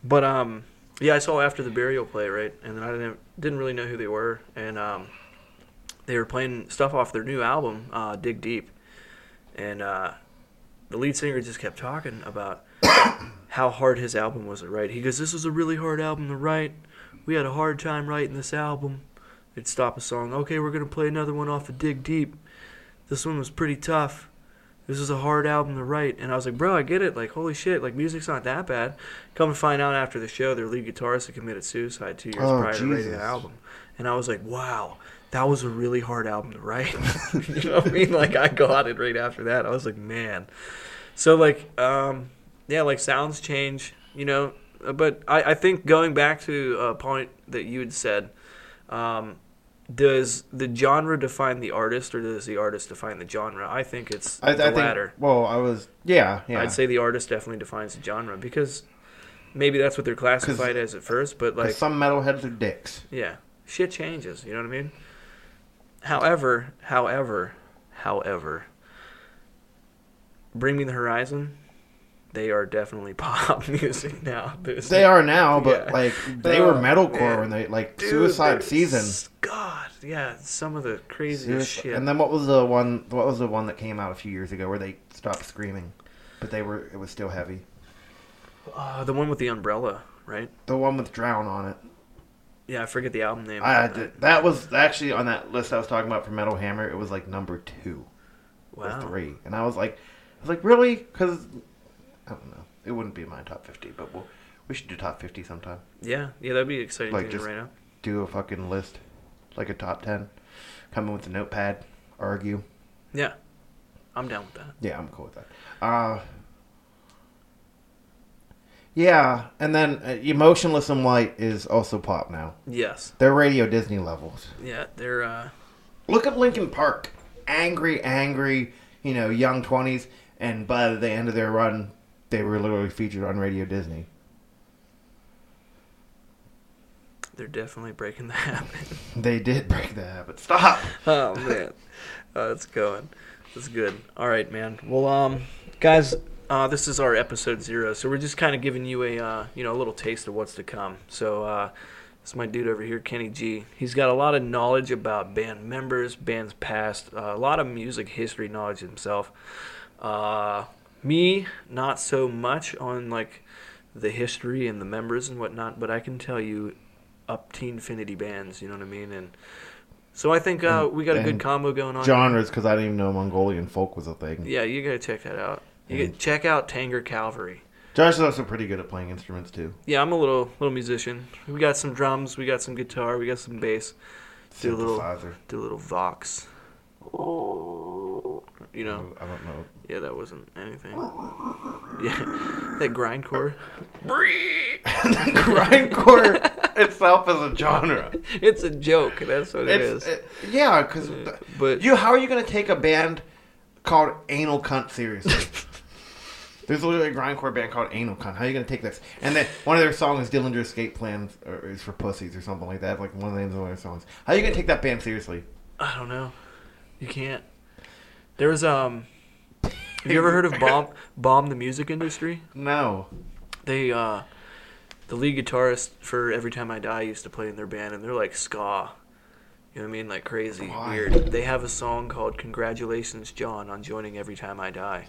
but um, yeah, I saw after the burial play, right, and then I didn't didn't really know who they were, and um, they were playing stuff off their new album, uh, Dig Deep, and uh, the lead singer just kept talking about how hard his album was to write. He goes, "This was a really hard album to write. We had a hard time writing this album." They'd stop a song. Okay, we're gonna play another one off of Dig Deep. This one was pretty tough this is a hard album to write and i was like bro i get it like holy shit like music's not that bad come to find out after the show their lead guitarist had committed suicide two years Oh, prior to writing Jesus. the album and i was like wow that was a really hard album to write [LAUGHS] you know what i mean like i got it right after that i was like man so like um yeah like sounds change you know uh, but i, I think going back to a point that you had said um does the genre define the artist or does the artist define the genre i think it's I, I the think. latter Well, I was. Yeah, yeah. I'd say the artist definitely defines the genre because maybe that's what they're classified as at first, but 'Cause like, some metalheads are dicks. yeah, shit changes. You know what I mean? However, however, however, Bring Me the Horizon, they are definitely [LAUGHS] pop music now. There's- They are now, but Yeah. like they were Oh, metalcore man. when they like Dude, Suicide there's- Season. God, yeah, some of the craziest Seriously. shit. And then what was the one? What was the one that came out a few years ago where they stopped screaming, but they were it was still heavy. Uh, the one with the umbrella, right? The one with drown on it. Yeah, I forget the album name. I did, that was actually on that list I was talking about for Metal Hammer. It was like number two wow. or three, and I was like, I was like really because I don't know. It wouldn't be my top fifty, but we'll, we should do top fifty sometime. Yeah, yeah, that'd be an exciting Like, thing just- to write out. Do a fucking list, like a top ten. come in with a notepad, argue. Yeah, I'm down with that. Yeah, I'm cool with that. Uh, yeah, and then uh, Emotionless and White is also pop now. Yes. They're Radio Disney levels. Yeah, they're. uh Look at Lincoln Park. Angry, angry, you know, young 20s, and by the end of their run, they were literally featured on Radio Disney. They're definitely breaking the habit. They did [LAUGHS] break the habit. Stop! oh man, [LAUGHS] oh, it's going. It's good. All right, man. Well, um, guys, uh, this is our episode zero, so we're just kind of giving you a uh, you know a little taste of what's to come. So. uh it's my dude over here, Kenny G. He's got a lot of knowledge about band members, bands past, uh, a lot of music history knowledge himself. Uh, me, not so much on like the history and the members and whatnot, but I can tell you up to infinity bands. You know what I mean? And so I think uh, we got a good And combo going on. Genres, because I didn't even know Mongolian folk was a thing. Yeah, you gotta check that out. You And- gotta check out Tanger Calvary. Josh is also pretty good at playing instruments, too. Yeah, I'm a little little musician. We got some drums, we got some guitar, we got some bass. Do a little Synthesizer. do a little vox. You know, I don't know. [LAUGHS] yeah, that wasn't anything. Yeah, [LAUGHS] that grindcore. [LAUGHS] grindcore itself is a genre. It's a joke. That's what it It's, is. it- yeah, because but- you, how are you going to take a band called Anal Cunt seriously? [LAUGHS] There's literally a grindcore band called Anal Cunt. How are you going to take this? And then one of their songs is Dillinger Escape Plan or is for pussies or something like that. Like one of the names of one of their songs. How are you going to take that band seriously? I don't know. You can't. There was um. Have you ever heard of bomb bomb the music industry? No. they uh the lead guitarist for Every Time I Die used to play in their band and they're like ska. You know what I mean? Like crazy, Why? weird. They have a song called Congratulations John on joining Every Time I Die.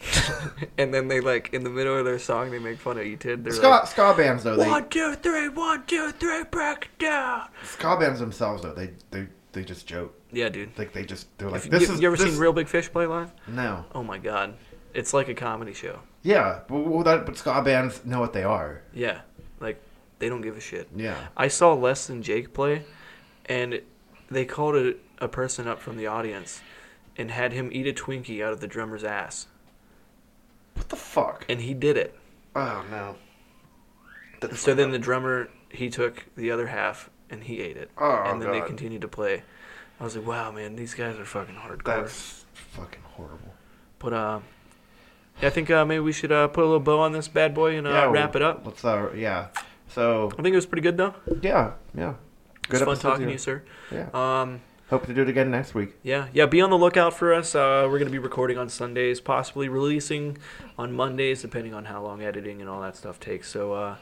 [LAUGHS] and then they like in the middle of their song they make fun of E you did. They're Ska, ska bands though, like they one, two, three, one, two, three, break it down. ska bands themselves though they they they just joke. Yeah, dude. Like they just they're like If- this you, is you ever this- seen Real Big Fish play live? No. Oh my god. It's like a comedy show. Yeah, but, well, that, but ska bands know what they are. Yeah. Like they don't give a shit. Yeah. I saw Less Than Jake play, and they called a, a person up from the audience and had him eat a Twinkie out of the drummer's ass. What the fuck? And he did it. Oh no. That's So then the drummer, he took the other half and he ate it. Oh, and then they God. continued to play. I was like, wow, man, these guys are fucking hardcore. that's fucking horrible. But, uh, yeah, I think uh, maybe we should uh, put a little bow on this bad boy and uh, Yeah, wrap it up. Let's uh yeah. So I think it was pretty good, though. yeah yeah. Good it was fun episode talking zero. to you, sir. Yeah. Um, Hope to do it again next week. Yeah, yeah. Be on the lookout for us. Uh, we're going to be recording on Sundays, possibly releasing on Mondays, depending on how long editing and all that stuff takes. So, uh,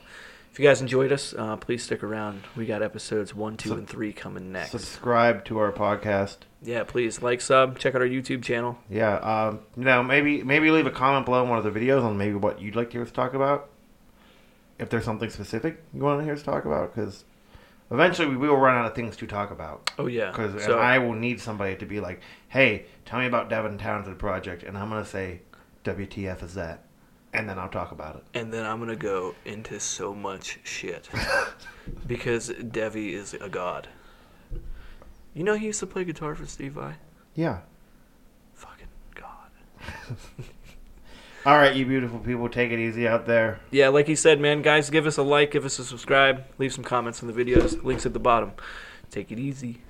if you guys enjoyed us, uh, please stick around. We got episodes one, two, Sub- and three coming next. Subscribe to our podcast. yeah, please like, sub, check out our YouTube channel. Yeah. Um. You know, maybe maybe leave a comment below on one of the videos on maybe what you'd like to hear us talk about. If there's something specific you want to hear us talk about, because eventually we will run out of things to talk about. Oh yeah. Because So, I will need somebody to be like, "Hey, tell me about Devin Townsend project," and I'm gonna say, "WTF is that?" And then I'll talk about it. and then I'm going to go into so much shit because Devi is a god. You know he used to play guitar for Steve Vai. Yeah. Fucking god. All right, you beautiful people, take it easy out there. Yeah, like he said, man, guys, give us a like, give us a subscribe, leave some comments in the videos. Links at the bottom. Take it easy.